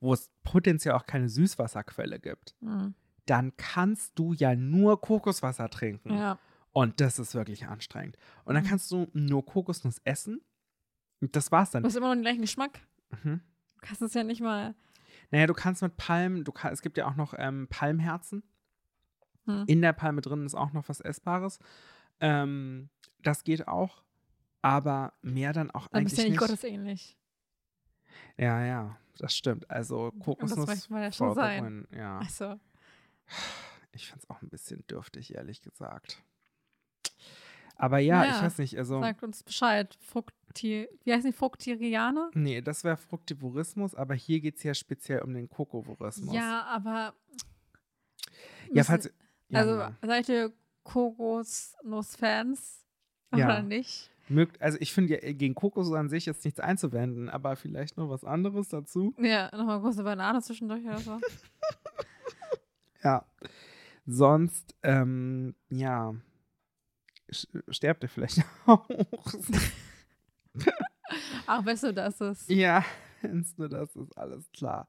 wo es potenziell auch keine Süßwasserquelle gibt, Mhm. dann kannst du ja nur Kokoswasser trinken. Ja. Und das ist wirklich anstrengend. Und dann Mhm. kannst du nur Kokosnuss essen. Und Das war's Du dann. hast immer noch den gleichen Geschmack. Mhm. Du kannst es ja nicht mal. Naja, du kannst mit Palmen, du kann, es gibt ja auch noch ähm, Palmherzen. Hm. In der Palme drin ist auch noch was Essbares. Ähm, das geht auch, aber mehr dann auch Dann bist eigentlich du ja nicht nicht. gottesähnlich. ja, ja, das stimmt. Also Kokosnuss. möchte man ja schon for the sein. win. Ja, Also, ich find's auch ein bisschen dürftig, ehrlich gesagt. Aber ja, Naja, ich weiß nicht, also. sagt uns Bescheid. Frukti Wie heißen die? Fruktirianer? Nee, das wäre Fruktivorismus, aber hier geht es ja speziell um den Kokovorismus. Ja, aber. ja müssen- falls. Ja, also, ja. seid ihr Kokosnuss-Fans? Ja. Oder nicht? Mögt, also ich finde ja, gegen Kokos an sich ist nichts einzuwenden, aber vielleicht noch was anderes dazu. Ja, nochmal große Banane zwischendurch oder so. Ja. Sonst, ähm, ja, sch- sterbt ihr vielleicht <laughs> auch. Ach, weißt du, das ist. ja, wenn's nur das ist alles klar.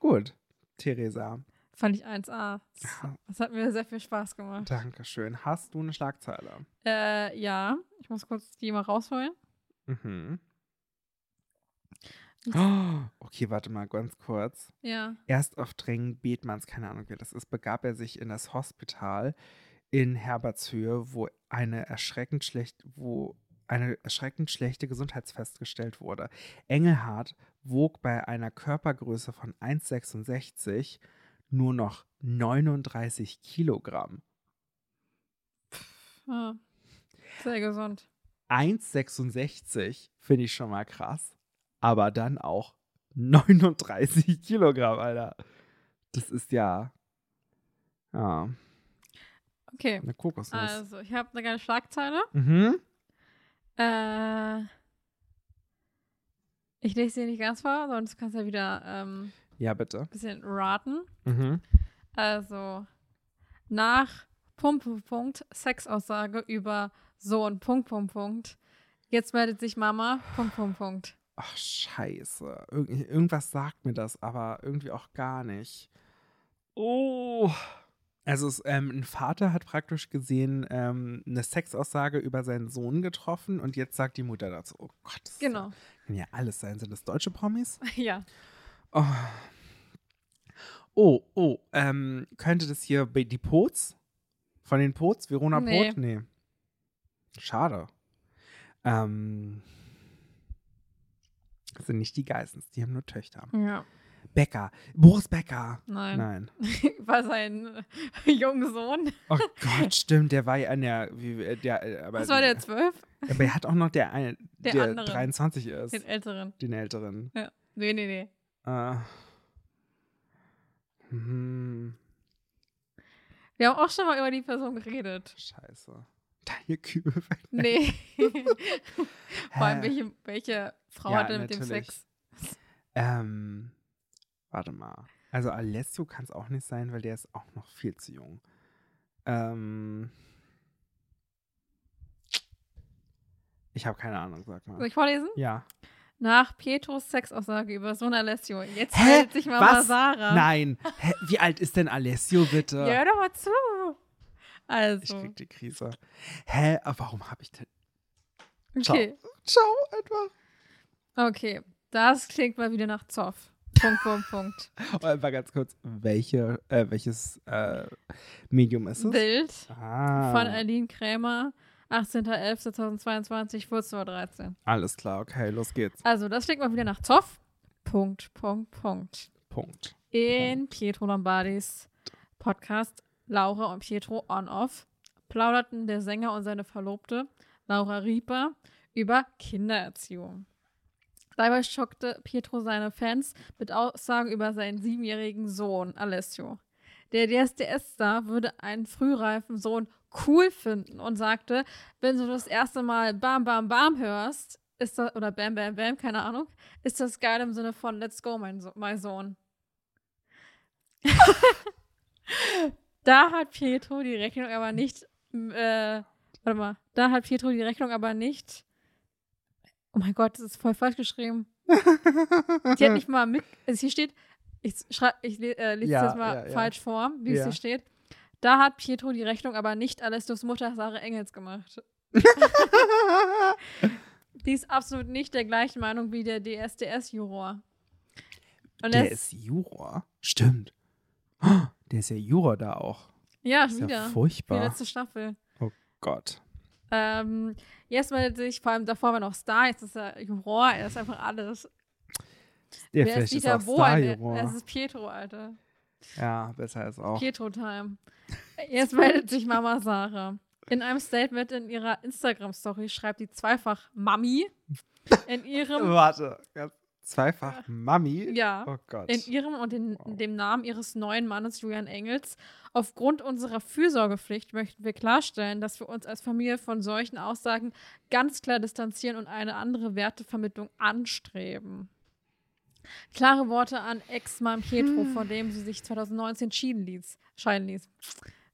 Gut, Theresa, Fand ich 1A. Das, Ja. das hat mir sehr viel Spaß gemacht. danke schön. Hast du eine Schlagzeile? Äh, ja, ich muss kurz die mal rausholen. Mhm. Oh, <gasps> okay, warte mal ganz kurz. Ja. Erst auf Drängen Bethmanns, keine Ahnung wer das ist, begab er sich in das Hospital in Herbertshöhe, wo eine erschreckend schlecht, wo eine erschreckend schlechte Gesundheit festgestellt wurde. Engelhardt wog bei einer Körpergröße von 1,66 nur noch 39 Kilogramm. ja. Ah. Sehr gesund. 1,66 finde ich schon mal krass, aber dann auch 39 <laughs> Kilogramm, Alter. Das ist ja, ja, Okay. eine Kokosnuss. Also, ich habe eine geile Schlagzeile. Mhm. Äh, ich lese sie nicht ganz vor, sonst kannst du ja wieder ähm, Ja, bitte. ein bisschen raten. Mhm. Also, nach Punkt, Punkt, Punkt, Sexaussage über Sohn, Punkt, Punkt, Punkt. Jetzt meldet sich Mama, Punkt, Punkt, Punkt. Ach, scheiße. Irg irgendwas sagt mir das, aber irgendwie auch gar nicht. Oh. Also es, ähm, ein Vater hat praktisch gesehen ähm, eine Sexaussage über seinen Sohn getroffen und jetzt sagt die Mutter dazu. Oh Gott. Das ist ja- Genau. Kann ja alles sein. Sind das deutsche Promis? Ja. Oh, oh, oh ähm, könnte das hier bei die Pots? Von den Pots? Verona Nee. Pot? Nee. Schade. Ähm, das sind nicht die Geissens, die haben nur Töchter. Ja. Becker. Boris Becker. Nein. Nein. <laughs> War sein äh, junger Sohn. Oh Gott, stimmt, der war ja an der. Wie, der äh, aber, Was war der zwölf? Aber er hat auch noch der eine, der, Der andere. 23 ist. Den Den, älteren. älteren. Nee, nee, nee. Äh. Hm. Wir haben auch schon mal über die Person geredet. Scheiße. Deine Kühe weg. Nee. <laughs> Vor allem, Hä? welche, welche Frau Ja, hatte mit dem natürlich. Sex? Ähm, warte mal. Also Alessio kann es auch nicht sein, weil der ist auch noch viel zu jung. Ähm, ich habe keine Ahnung, sag Soll mal. ich vorlesen? Ja. Nach Pietros Sexaussage über Sohn Alessio. Jetzt Hä? meldet sich Mama Was? Sarah. Nein. Hä, wie alt ist denn Alessio bitte? Ja, hör doch mal zu. ich Also, krieg die Krise. Hä, aber warum habe ich denn? okay. Ciao, einfach. Okay, das klingt mal wieder nach Zoff. Punkt, Punkt, <laughs> Punkt. Oh, einfach ganz kurz, welche, äh, welches äh, Medium ist es? Bild ah. von Aline Krämer, 18.11.2022, 14.13 Uhr. Alles klar, okay, los geht's. Also, das klingt mal wieder nach Zoff. Punkt, Punkt, Punkt. Punkt. In Pietro Lombardis Podcast Laura und Pietro On-Off plauderten der Sänger und seine Verlobte Laura Rieper über Kindererziehung. Dabei schockte Pietro seine Fans mit Aussagen über seinen siebenjährigen Sohn Alessio. Der DSDS-Star würde einen frühreifen Sohn cool finden und sagte, wenn du das erste Mal Bam Bam Bam hörst, ist das, oder Bam Bam Bam, keine Ahnung, ist das geil im <laughs> Sinne von Let's go, mein, so mein Sohn. Da hat Pietro die Rechnung aber nicht. Äh, warte mal. Da hat Pietro die Rechnung aber nicht. Oh mein Gott, das ist voll <laughs> falsch geschrieben. Die hat nicht mal mit. Also hier steht, ich, schrei, ich le, äh, lese Ja, das mal ja, ja. falsch vor, wie es Ja. hier steht. Da hat Pietro die Rechnung aber nicht alles durchs Mutter Sarah Engels gemacht. Die ist absolut nicht der gleichen Meinung wie der DSDS-Juror. Und Der das- ist Juror. Stimmt. <gasps> Oh, Der ist ja Juror da auch. ja, Ist ja wieder. die furchtbar. letzte Staffel. Gott. Ähm, jetzt meldet sich, vor allem davor war noch Star, jetzt ist er Juror, er ist einfach alles. Der Wer ist vielleicht ist Dieter auch Bohlen? Wer- Es Star-Juror. ist Pietro, Alter. Ja, besser ist auch. Pietro-Time. Jetzt meldet sich Mama Sarah. In einem Statement in ihrer Instagram-Story schreibt die zweifach Mami in <laughs> ihrem, Warte. ganz- Zweifach Mami. ja, Oh Gott. in ihrem und in dem Namen ihres neuen Mannes Julian Engels. Aufgrund unserer Fürsorgepflicht möchten wir klarstellen, dass wir uns als Familie von solchen Aussagen ganz klar distanzieren und eine andere Wertevermittlung anstreben. Klare Worte an Ex-Mann Pietro, von dem sie sich 2019 schieden ließ, scheiden ließ.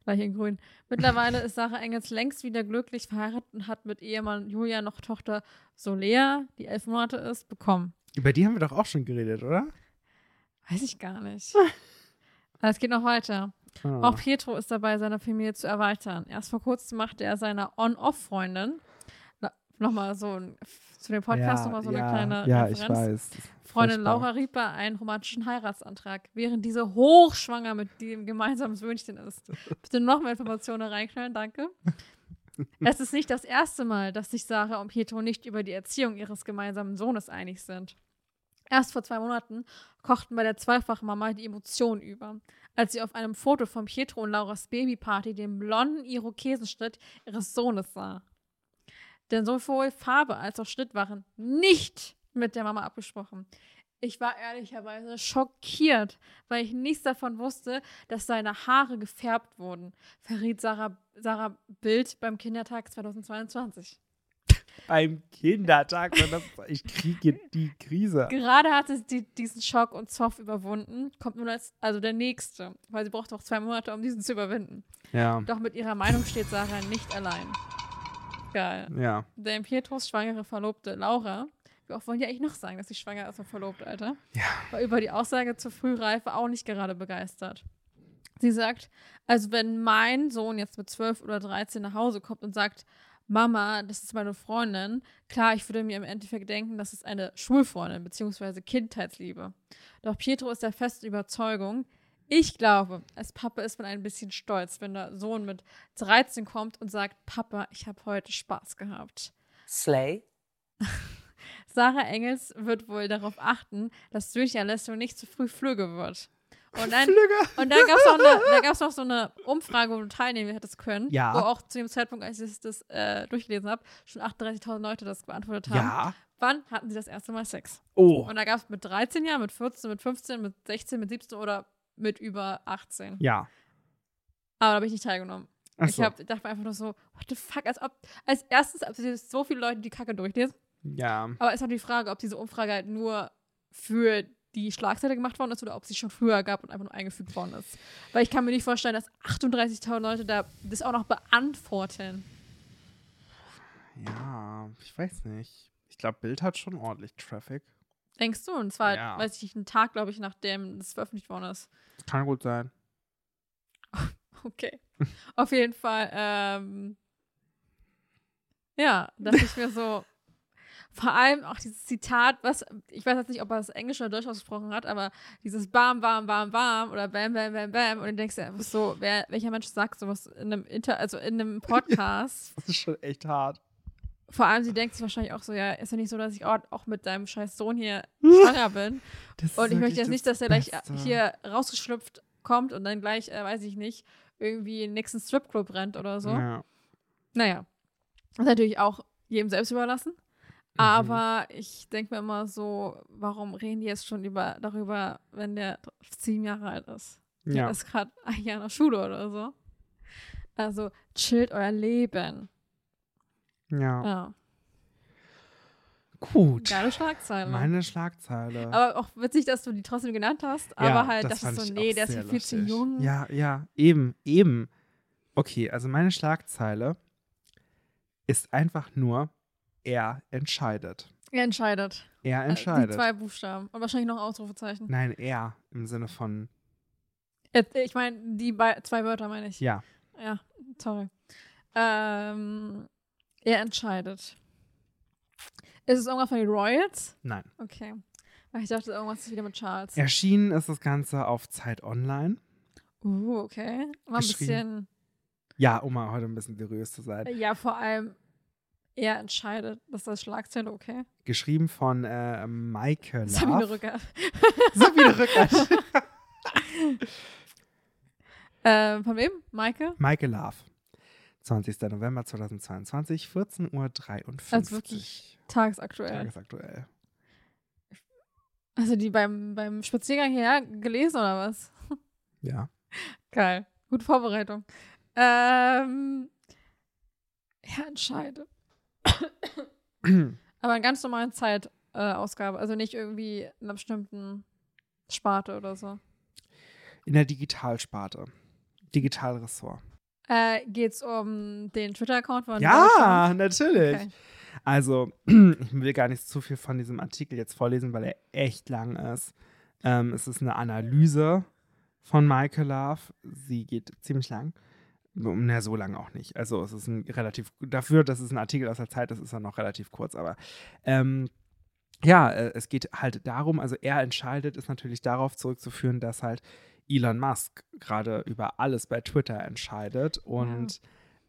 Gleich in grün. Mittlerweile ist Sarah Engels längst wieder glücklich verheiratet und hat mit Ehemann Julia noch Tochter Solea, die elf Monate ist, bekommen. Über die haben wir doch auch schon geredet, oder? Weiß ich gar <laughs> nicht. Aber es geht noch weiter. Ah. Auch Pietro ist dabei, seine Familie zu erweitern. Erst vor kurzem machte er seiner On-Off-Freundin na- nochmal so ein, zu dem Podcast nochmal so eine ja, kleine ja, ich Referenz. weiß. Freundin Furchtbar. Laura Rieper einen romantischen Heiratsantrag, während diese hochschwanger mit dem gemeinsamen Söhnchen ist. Bitte noch mehr Informationen reinknallen, danke. Es ist nicht das erste Mal, dass sich Sarah und Pietro nicht über die Erziehung ihres gemeinsamen Sohnes einig sind. Erst vor zwei Monaten kochten bei der Zweifachmama die Emotionen über, als sie auf einem Foto von Pietro und Lauras Babyparty den blonden Irokesenschnitt ihres Sohnes sah. Denn sowohl Farbe als auch Schnitt waren nicht mit der Mama abgesprochen. Ich war ehrlicherweise schockiert, weil ich nichts davon wusste, dass seine Haare gefärbt wurden, verriet Sarah, Sarah Bild beim Kindertag 2022. Beim Kindertag. Und das, ich kriege die Krise. Gerade hatte sie diesen Schock und Zoff überwunden, kommt nun als, also der nächste, weil sie braucht auch zwei Monate, um diesen zu überwinden. Ja, Doch mit ihrer Meinung steht Sarah nicht allein. Geil. ja. Dame Pietros schwangere Verlobte Laura, wir auch wollen ja eigentlich noch sagen, dass sie schwanger ist und verlobt, Alter, Ja. war über die Aussage zur Frühreife auch nicht gerade begeistert. Sie sagt, also wenn mein Sohn jetzt mit 12 oder 13 nach Hause kommt und sagt, Mama, das ist meine Freundin, klar, ich würde mir im Endeffekt denken, das ist eine Schulfreundin bzw. Kindheitsliebe. Doch Pietro ist der festen Überzeugung, ich glaube, als Papa ist man ein bisschen stolz, wenn der Sohn mit 13 kommt und sagt, Papa, ich habe heute Spaß gehabt. Slay. Sarah Engels wird wohl darauf achten, dass durch Alessio nicht zu früh flügge wird. Und dann, und dann gab es noch, eine- da gab's noch so eine Umfrage, wo du teilnehmen hättest können, Ja. wo auch zu dem Zeitpunkt, als ich das äh, durchgelesen habe, schon 38.000 Leute das beantwortet haben. Ja. Wann hatten sie das erste Mal Sex? Oh. Und da gab es mit 13 Jahren, mit 14, mit 15, mit 16, mit 17 oder mit über 18. Ja. Aber da habe ich nicht teilgenommen. Ach Ich so. hab, dachte mir einfach nur so, what the fuck, als ob, als erstes, als so viele Leute die Kacke durchlesen. ja. Aber ist noch die Frage, ob diese Umfrage halt nur für die Schlagseite gemacht worden ist oder ob sie schon früher gab und einfach nur eingefügt worden ist. Weil ich kann mir nicht vorstellen, dass 38.000 Leute da das auch noch beantworten. Ja, ich weiß nicht. Ich glaube, Bild hat schon ordentlich Traffic. Denkst du? Und zwar, Ja. weiß ich nicht, einen Tag, glaube ich, nachdem das veröffentlicht worden ist. Kann gut sein. Okay. Auf jeden Fall, ähm, ja, dachte ich mir so, vor allem auch dieses Zitat, was, ich weiß jetzt nicht, ob er das Englisch oder Deutsch ausgesprochen hat, aber dieses Bam, Bam, Bam, Bam oder Bam, Bam, Bam, Bam und dann denkst du einfach so, wer, welcher Mensch sagt sowas in einem Inter, also in einem <laughs> Podcast? Das ist schon echt hart. Vor allem, sie denkt sich wahrscheinlich auch so, ja, ist ja nicht so, dass ich auch, auch mit deinem scheiß Sohn hier schwanger bin. Das Und ich möchte jetzt nicht, dass er gleich äh, Beste. hier rausgeschlüpft kommt und dann gleich, äh, weiß ich nicht, irgendwie in den nächsten Stripclub rennt oder so. Ja. Naja, das ist natürlich auch jedem selbst überlassen. Mhm. Aber ich denke mir immer so, warum reden die jetzt schon über, darüber, wenn der sieben Jahre alt ist? Der ja. ist gerade ein Jahr in der Schule oder so. Also chillt euer Leben. ja. Ja. gut. Geile Schlagzeile. Meine Schlagzeile. äh, aber auch witzig, dass du die trotzdem genannt hast, Ja, aber halt, das, fand ist so, ich nee, auch der ist sehr ja viel zu lustig. jung. Ja, ja, eben, eben. Okay, also meine Schlagzeile ist einfach nur, er entscheidet. Er entscheidet. Er Äh, die entscheidet. zwei Buchstaben und wahrscheinlich noch Ausrufezeichen. Nein, er im Sinne von, Äh, Ich meine, die bei- zwei Wörter meine ich. ja, Ja, sorry. Ähm, er entscheidet. Ist es irgendwas von den Royals? nein. Okay. Weil ich dachte, irgendwas ist wieder mit Charles. Erschienen ist das Ganze auf Zeit Online. Uh, okay. War ein bisschen. Geschrieben. Ja, um mal heute ein bisschen seriös zu sein. Ja, vor allem, er entscheidet. Das ist das Schlagzeile, okay. Geschrieben von <laughs> äh, Michael. Sabine <laughs> Rücker. Sabine Rückert. Ähm, von wem? Maike? Michael Love. 20. November 2022, 14.53 Uhr. Also wirklich Tagesaktuell. Tagesaktuell. Hast du die beim, beim Spaziergang hierher gelesen oder was? Ja. Geil. Gute Vorbereitung. Ähm, er <clears throat> entscheidet. Aber in ganz normalen Zeitausgabe. Äh, Ausgabe. also nicht irgendwie in einer bestimmten Sparte oder so. In der Digitalsparte. Digitalressort. Äh, geht's um den Twitter-Account von Ja, natürlich. Deutschland? Okay. Also, <clears throat> ich will gar nicht zu viel von diesem Artikel jetzt vorlesen, weil er echt lang ist. Ähm, es ist eine Analyse von Michael Love. Sie geht ziemlich lang. Na, so lang auch nicht. Also, es ist ein relativ, dafür, dass es ein Artikel aus der Zeit ist, ist er noch relativ kurz. Aber ähm, ja, äh, es geht halt darum, also er entscheidet, ist natürlich darauf zurückzuführen, dass halt Elon Musk gerade über alles bei Twitter entscheidet und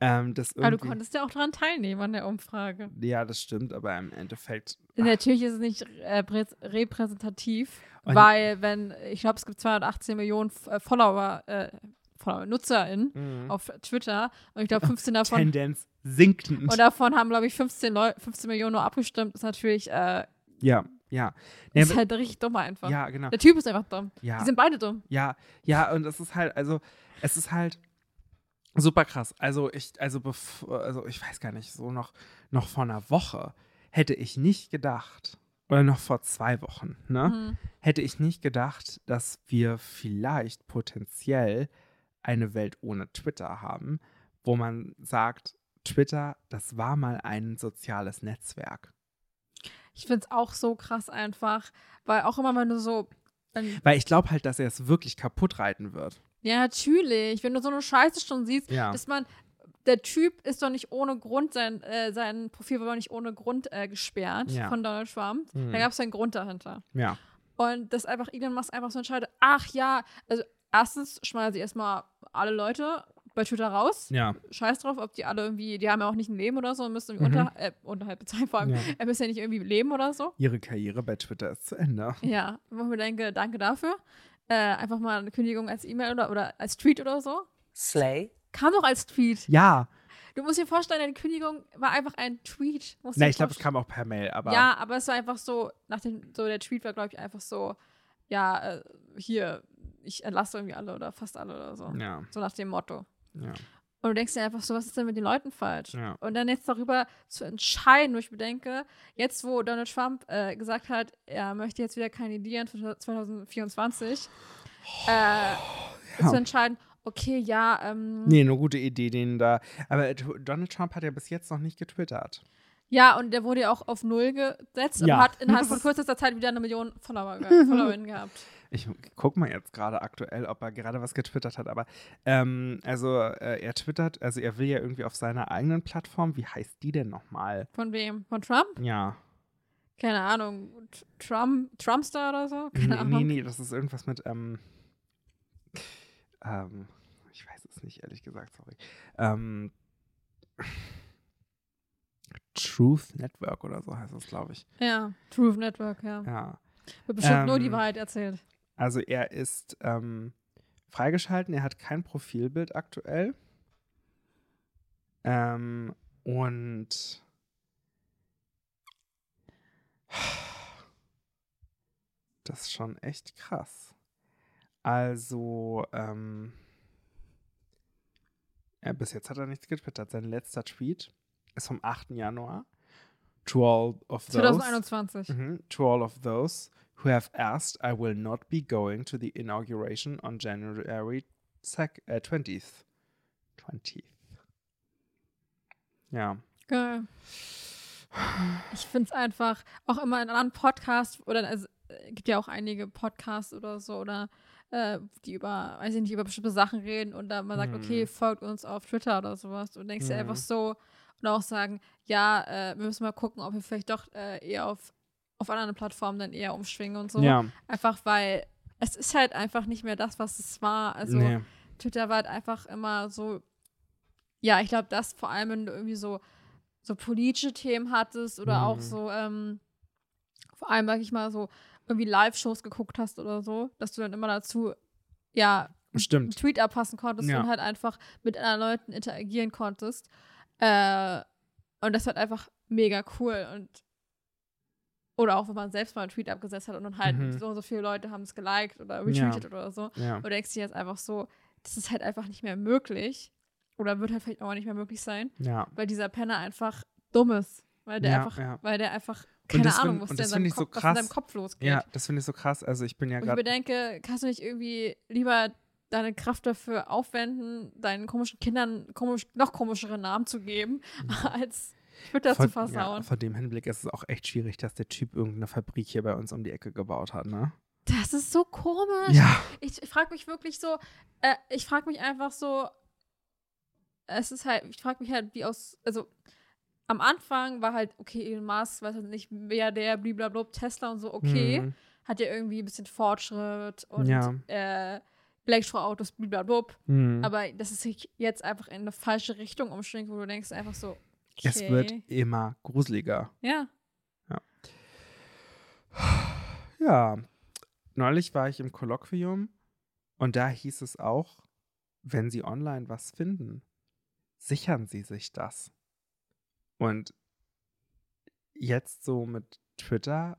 ähm, das Aber du irgendwie. konntest ja auch daran teilnehmen an der Umfrage. Ja, das stimmt, aber im Endeffekt. Natürlich ist es nicht äh, prä- repräsentativ, Und- weil wenn, ich glaube, es gibt 218 Millionen F- äh, Follower, äh, Follower, NutzerInnen Mhm. auf Twitter und ich glaube <laughs> 15 davon Tendenz sinkend. Und davon haben, glaube ich, 15, Leu 15 Millionen nur abgestimmt. Ist natürlich, äh, ja, ja. Ja, ist halt richtig dumm einfach. ja, genau. Der Typ ist einfach dumm. Ja, Die sind beide dumm. ja, ja, und es ist halt, also, es ist halt super krass. Also, ich, also, bev- also ich weiß gar nicht, so noch, noch vor einer Woche hätte ich nicht gedacht, oder noch vor zwei Wochen, ne? Mhm. hätte ich nicht gedacht, dass wir vielleicht potenziell eine Welt ohne Twitter haben, wo man sagt, Twitter, das war mal ein soziales Netzwerk. Ich finde es auch so krass einfach, weil auch immer, wenn du so. Wenn, Weil ich glaube halt, dass er es wirklich kaputt reiten wird. ja, natürlich. Wenn du so eine Scheiße schon siehst, Ja. dass man. Der Typ ist doch nicht ohne Grund, sein, äh, sein Profil war doch nicht ohne Grund äh, gesperrt Ja. von Donald Trump. Mhm. Da gab es einen Grund dahinter. Ja. Und dass einfach Elon Musk einfach so entscheidet, ach ja, also erstens schmeißen sie erstmal alle Leute bei Twitter raus. Ja. scheiß drauf, ob die alle irgendwie, die haben ja auch nicht ein Leben oder so und müssen irgendwie Mhm. unter, äh, Unterhalt bezahlen, vor allem, Ja. er müssen ja nicht irgendwie leben oder so. Ihre Karriere bei Twitter ist zu Ende. Ja, wo ich mir denke, danke dafür. Äh, einfach mal eine Kündigung als E-Mail oder, oder als Tweet oder so. Slay. Kam doch als Tweet. Ja. Du musst dir vorstellen, deine Kündigung war einfach ein Tweet. Musst Na, dir ich glaube, es vorstellen. kam auch per Mail, aber Ja, aber es war einfach so, nach dem, so der Tweet war, glaube ich, einfach so, ja, äh, hier, ich entlasse irgendwie alle oder fast alle oder so. ja, So nach dem Motto. ja. Und du denkst dir einfach so, was ist denn mit den Leuten falsch? Ja. Und dann jetzt darüber zu entscheiden, wo ich mir denke, jetzt wo Donald Trump äh, gesagt hat, er möchte jetzt wieder kandidieren für 2024, Oh, äh, zu entscheiden, okay, ja, ähm, Nee, eine gute Idee, den da. Aber T- Donald Trump hat ja bis jetzt noch nicht getwittert. ja, und der wurde ja auch auf Null gesetzt Ja. und hat innerhalb <laughs> von kürzester Zeit wieder eine Million Follower ge Followerinnen gehabt. Ich guck mal jetzt gerade aktuell, ob er gerade was getwittert hat, aber ähm, also äh, er twittert, also er will ja irgendwie auf seiner eigenen Plattform, wie heißt die denn nochmal? Von wem? Von Trump? Ja. Keine Ahnung. T- Trump, Trumpster oder so? Keine Nee, Ahnung. nee, nee, das ist irgendwas mit, ähm, ähm, ich weiß es nicht, ehrlich gesagt, sorry. Ähm, Truth Network oder so heißt es, glaube ich. Ja, Truth Network, ja. Ja. Wird bestimmt nur die Ähm, Wahrheit erzählt. Also er ist ähm, freigeschalten, er hat kein Profilbild aktuell. Ähm, und das ist schon echt krass. Also, ähm, ja, bis jetzt hat er nichts getwittert. Sein letzter Tweet ist vom 8. Januar. To all of those, 2021. Mhm. to all of those who have asked, I will not be going to the inauguration on January sec äh, 20th. 20th. Ja. Geil. Ich finde es einfach, auch immer in anderen Podcasts, oder es äh, gibt ja auch einige Podcasts oder so, oder äh, die über, weiß ich nicht, über bestimmte Sachen reden und da man sagt, Hm. okay, folgt uns auf Twitter oder sowas. Und denkst dir Ja. einfach so, und auch sagen, ja, äh, wir müssen mal gucken, ob wir vielleicht doch äh, eher auf, auf anderen Plattformen dann eher umschwingen und so. Ja. Einfach weil es ist halt einfach nicht mehr das, was es war. Also nee. Twitter war halt einfach immer so, ja, ich glaube, das vor allem, wenn du irgendwie so, so politische Themen hattest oder Mhm. auch so, ähm, vor allem, sag ich mal, so irgendwie Live-Shows geguckt hast oder so, dass du dann immer dazu, ja, einen <laughs> Stimmt. Tweet abpassen konntest Ja. und halt einfach mit anderen Leuten interagieren konntest. Äh, und das war einfach mega cool und oder auch, wenn man selbst mal einen Tweet abgesetzt hat und dann halt Mhm. so und so viele Leute haben es geliked oder Ja. retweetet oder so. Ja. Oder denkst du dir jetzt einfach so, das ist halt einfach nicht mehr möglich. Oder wird halt vielleicht auch nicht mehr möglich sein, Ja. weil dieser Penner einfach dumm ist. Weil der Ja, einfach, ja. weil der einfach, keine das find- Ahnung, was, und der das in seinem find ich so Kopf, was in krass. seinem Kopf losgeht. Ja, das finde ich so krass. Also ich bin ja Und ich gerade. bedenke, kannst du nicht irgendwie lieber deine Kraft dafür aufwenden, deinen komischen Kindern komisch, noch komischere Namen zu geben, <laughs> als Twitter zu vor- Mhm. ja, versauen? vor dem Hinblick ist es auch echt schwierig, dass der Typ irgendeine Fabrik hier bei uns um die Ecke gebaut hat, ne? Das ist so komisch. Ja. ich, ich frage mich wirklich so, äh, ich frage mich einfach so, es ist halt, ich frage mich halt, wie aus, also am Anfang war halt, okay, Elon Musk, weiß ich nicht, Milliardär, blablabla, Tesla und so, okay, Mhm. hat ja irgendwie ein bisschen Fortschritt und Ja. äh, Elektroautos, blablabla, Mhm. aber das ist sich jetzt einfach in eine falsche Richtung umschwingt, wo du denkst einfach so, okay. Es wird immer gruseliger. Ja, Ja, neulich war ich im Kolloquium und da hieß es auch, wenn Sie online was finden, sichern Sie sich das. Und jetzt so mit Twitter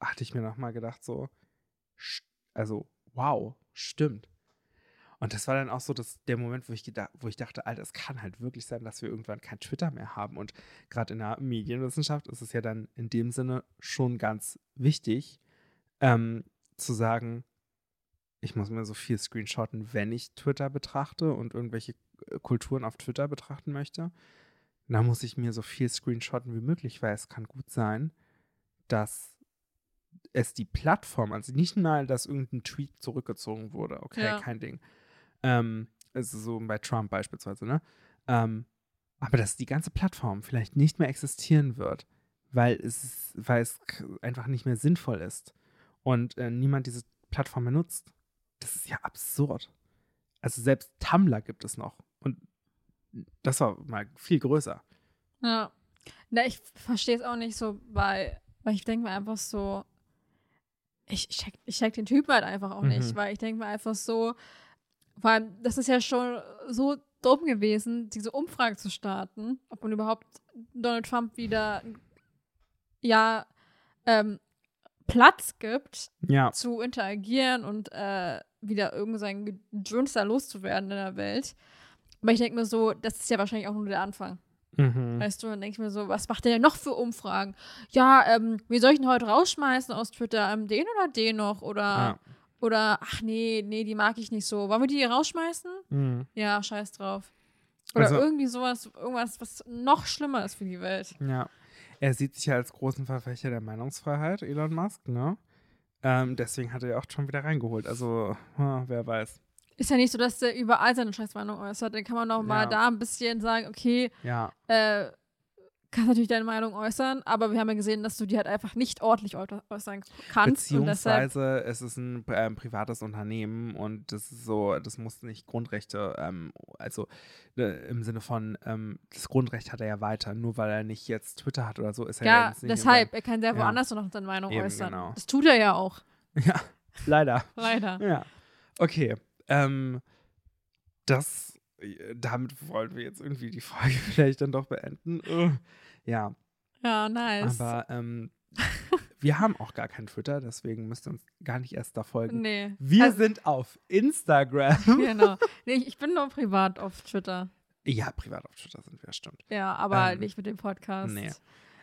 hatte ich mir nochmal gedacht, so, sch- also wow, stimmt. Und das war dann auch so das, der Moment, wo ich, geda- wo ich dachte, Alter, es kann halt wirklich sein, dass wir irgendwann kein Twitter mehr haben. Und gerade in der Medienwissenschaft ist es ja dann in dem Sinne schon ganz wichtig, ähm, zu sagen, ich muss mir so viel screenshotten, wenn ich Twitter betrachte und irgendwelche äh, Kulturen auf Twitter betrachten möchte. Da muss ich mir so viel screenshotten wie möglich, weil es kann gut sein, dass es die Plattform, also nicht mal, dass irgendein Tweet zurückgezogen wurde, okay, Ja. kein Ding. Ähm, es ist so bei Trump beispielsweise, ne? Ähm, aber dass die ganze Plattform vielleicht nicht mehr existieren wird, weil es, weil es k- einfach nicht mehr sinnvoll ist und äh, niemand diese Plattform mehr nutzt. Das ist ja absurd. Also selbst Tumblr gibt es noch und das war mal viel größer. Ja. Na, ich verstehe es auch nicht so, weil, weil ich denke mir einfach so, ich check, ich check den Typen halt einfach auch nicht, Mhm. weil ich denke mir einfach so, vor allem, das ist ja schon so dumm gewesen, diese Umfrage zu starten, ob man überhaupt Donald Trump wieder, ja, ähm, Platz gibt, Ja, zu interagieren und äh, wieder irgend sein Dünster loszuwerden in der Welt. Aber ich denke mir so, das ist ja wahrscheinlich auch nur der Anfang. mhm. Weißt du, dann denke ich mir so, was macht der denn noch für Umfragen? Ja, ähm, wie soll ich denn heute rausschmeißen aus Twitter? Ähm, den oder den noch? Oder, ja. oder, ach nee, nee, die mag ich nicht so. Wollen wir die rausschmeißen? Mhm. Ja, scheiß drauf. Oder Also- irgendwie sowas, irgendwas, was noch schlimmer ist für die Welt. ja. Er sieht sich ja als großen Verfechter der Meinungsfreiheit, Elon Musk, ne? Ähm, deswegen hat er ja auch schon wieder reingeholt. Also, hm, wer weiß. Ist ja nicht so, dass der überall seine Scheißmeinung äußert. Dann kann man noch mal Ja. da ein bisschen sagen, okay, Ja, äh, kannst natürlich deine Meinung äußern, aber wir haben ja gesehen, dass du die halt einfach nicht ordentlich äu- äußern kannst. Und deshalb beziehungsweise es ist ein pri- ähm, privates Unternehmen und das ist so, das muss nicht Grundrechte, ähm, also äh, im Sinne von, ähm, das Grundrecht hat er ja weiter, nur weil er nicht jetzt Twitter hat oder so, ist er ja, Ja, jetzt nicht deshalb, er kann ja Ja. woanders noch seine Meinung Eben, äußern. genau. Das tut er ja auch, irgendwann- Ja, leider. leider. Ja. Okay. Ähm, das, äh, damit wollen wir jetzt irgendwie die Folge <laughs> vielleicht dann doch beenden. Ugh. ja, Ja, nice. aber <laughs> ähm, wir haben auch gar keinen Twitter, deswegen müsst ihr uns gar nicht erst da folgen. nee. Wir Also, sind auf Instagram. <laughs> genau. Nee, ich, ich bin nur privat auf Twitter. Ja, privat auf Twitter sind wir, stimmt. Ja, aber Ähm, nicht mit dem Podcast. nee.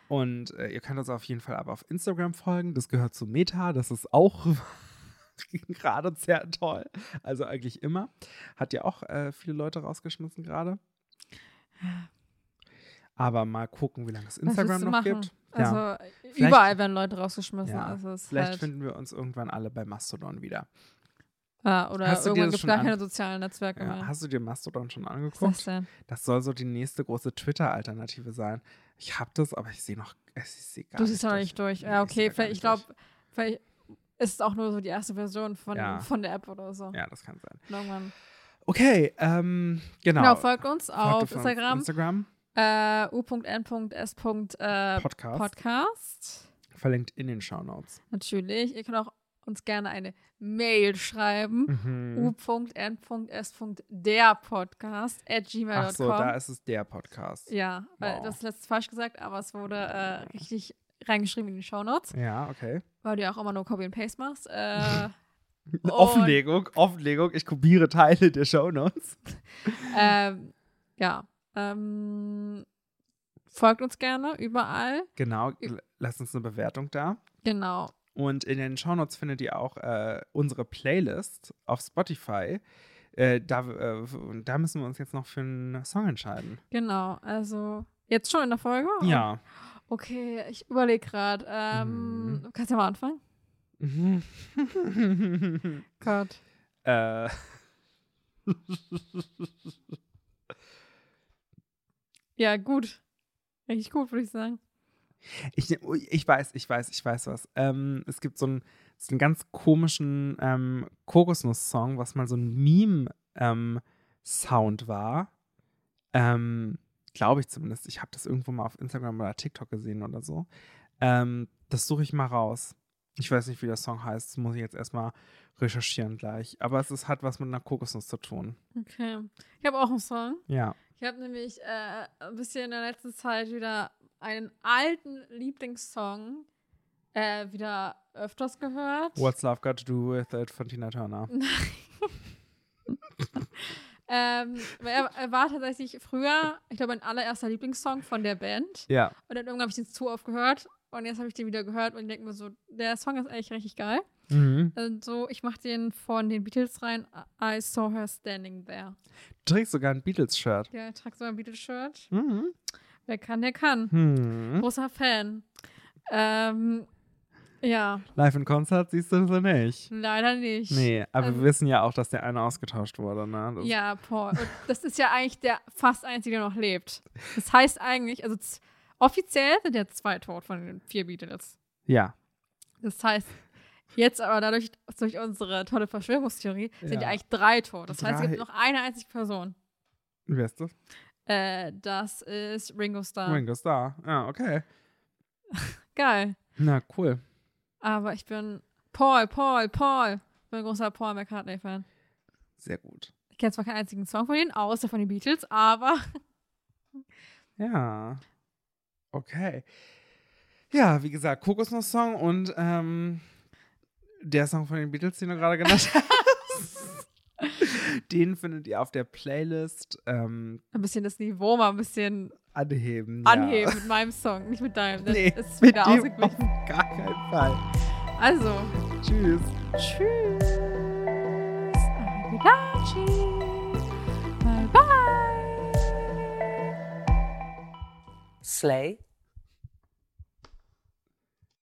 Und äh, ihr könnt uns auf jeden Fall aber auf Instagram folgen. Das gehört zu Meta. Das ist auch <laughs> gerade sehr toll. Also eigentlich immer. Hat ja auch äh, viele Leute rausgeschmissen gerade. Aber mal gucken, wie lange es Was willst Instagram du noch machen? gibt. Also ja, Vielleicht- überall werden Leute rausgeschmissen. Ja, also es ist vielleicht halt, finden wir uns irgendwann alle bei Mastodon wieder. ja, oder Hast du dir irgendwann das gibt es schon gar an- keine sozialen Netzwerke Ja, mehr. hast du dir Mastodon schon Was genau. ist das angeguckt? denn? Das soll so die nächste große Twitter-Alternative sein. Ich habe das, aber ich sehe noch, ich sehe gar Du nicht siehst doch nicht durch. Ja, Nee, ich seh okay, da gar vielleicht, ich nicht glaube, vielleicht ist es auch nur so die erste Version von, Ja. von der App oder so. durch. Ja, das kann sein. Und Irgendwann. Genau. Okay, ähm, genau. Genau, folgt uns Folgt auf uns Instagram, Instagram, äh, u.n.s. Äh, Podcast, Podcast. verlinkt in den Shownotes. Natürlich. Ihr könnt auch uns gerne eine Mail schreiben. Mhm. u.n.s.der Podcast at gmail.com. Ach so, da ist es der Podcast. ja, weil Wow. das ist letztes falsch gesagt, aber es wurde äh, richtig reingeschrieben in die Shownotes, Ja, okay. weil du ja auch immer nur Copy and Paste machst. Äh, <laughs> Und- Offenlegung, Offenlegung. Ich kopiere Teile der Shownotes. ähm, ja. Ähm, folgt uns gerne überall. Genau, l- lasst uns eine Bewertung da. Genau. Und in den Shownotes findet ihr auch äh, unsere Playlist auf Spotify. Äh, da, äh, und da müssen wir uns jetzt noch für einen Song entscheiden. Genau. Also jetzt schon in der Folge? <laughs> Ja. Okay, ich überlege gerade. Ähm, Kannst du ja mal anfangen? Gott. äh, Ja, gut. Richtig gut, würde ich sagen. ich, nehm- ui, ich weiß, ich weiß, ich weiß was. Ähm, es gibt so einen, so einen ganz komischen ähm, Kokosnuss-Song, was mal so ein Meme-Sound war. Ähm, Glaube ich zumindest. Ich habe das irgendwo mal auf Instagram oder TikTok gesehen oder so. Ähm, das suche ich mal raus. Ich weiß nicht, wie der Song heißt. Das muss ich jetzt erstmal recherchieren gleich. Aber es ist, hat was mit einer Kokosnuss zu tun. Okay. Ich habe auch einen Song. Ja. Ich habe nämlich äh, ein bisschen in der letzten Zeit wieder einen alten Lieblingssong äh, wieder öfters gehört. What's Love Got to Do with It von Tina Turner. Ähm, weil er, er war tatsächlich früher, ich glaube, mein allererster Lieblingssong von der Band. Ja. Und dann irgendwann habe ich den zu oft gehört. Und jetzt habe ich den wieder gehört und denke mir so, der Song ist eigentlich richtig geil. Mhm. Und Äh, so, ich mache den von den Beatles rein. I saw her standing there. Du trägst sogar ein Beatles-Shirt. Der trägt so ein Beatles-Shirt. Mhm. Wer kann, der kann. Hm. Großer Fan. Ähm, ja, Live in Konzert siehst du sie nicht. leider nicht. Nee, aber Also- wir wissen ja auch, dass der eine ausgetauscht wurde, ne? Das Ja, Paul. Und das ist ja eigentlich der fast einzige, der noch lebt. Das heißt eigentlich, also z- offiziell sind ja zwei tot von den vier Beatles. ja. Das heißt, jetzt aber dadurch, durch unsere tolle Verschwörungstheorie, sind Ja. ja eigentlich drei tot. Das heißt, es gibt Drei. noch eine einzige Person. Wer ist das? Äh, das ist Ringo Starr. Ringo Starr. Ja, okay. Geil. Na, cool. Aber ich bin Paul, Paul, Paul. Ich bin ein großer Paul McCartney-Fan. Sehr gut. Ich kenne zwar keinen einzigen Song von denen, außer von den Beatles, aber <laughs> Ja. Okay. Ja, wie gesagt, Kokosnuss-Song und ähm, der Song von den Beatles, den du <laughs> gerade genannt hast. den findet ihr auf der Playlist ähm, ein bisschen das Niveau mal ein bisschen anheben. anheben mit meinem Song, nicht mit deinem. Ja. Das <laughs> Nee, ist mit wieder dem auf ausgeglichen. gar keinen Fall. Also, Tschüss. tschüss. Arrivederci. Bye bye. Slay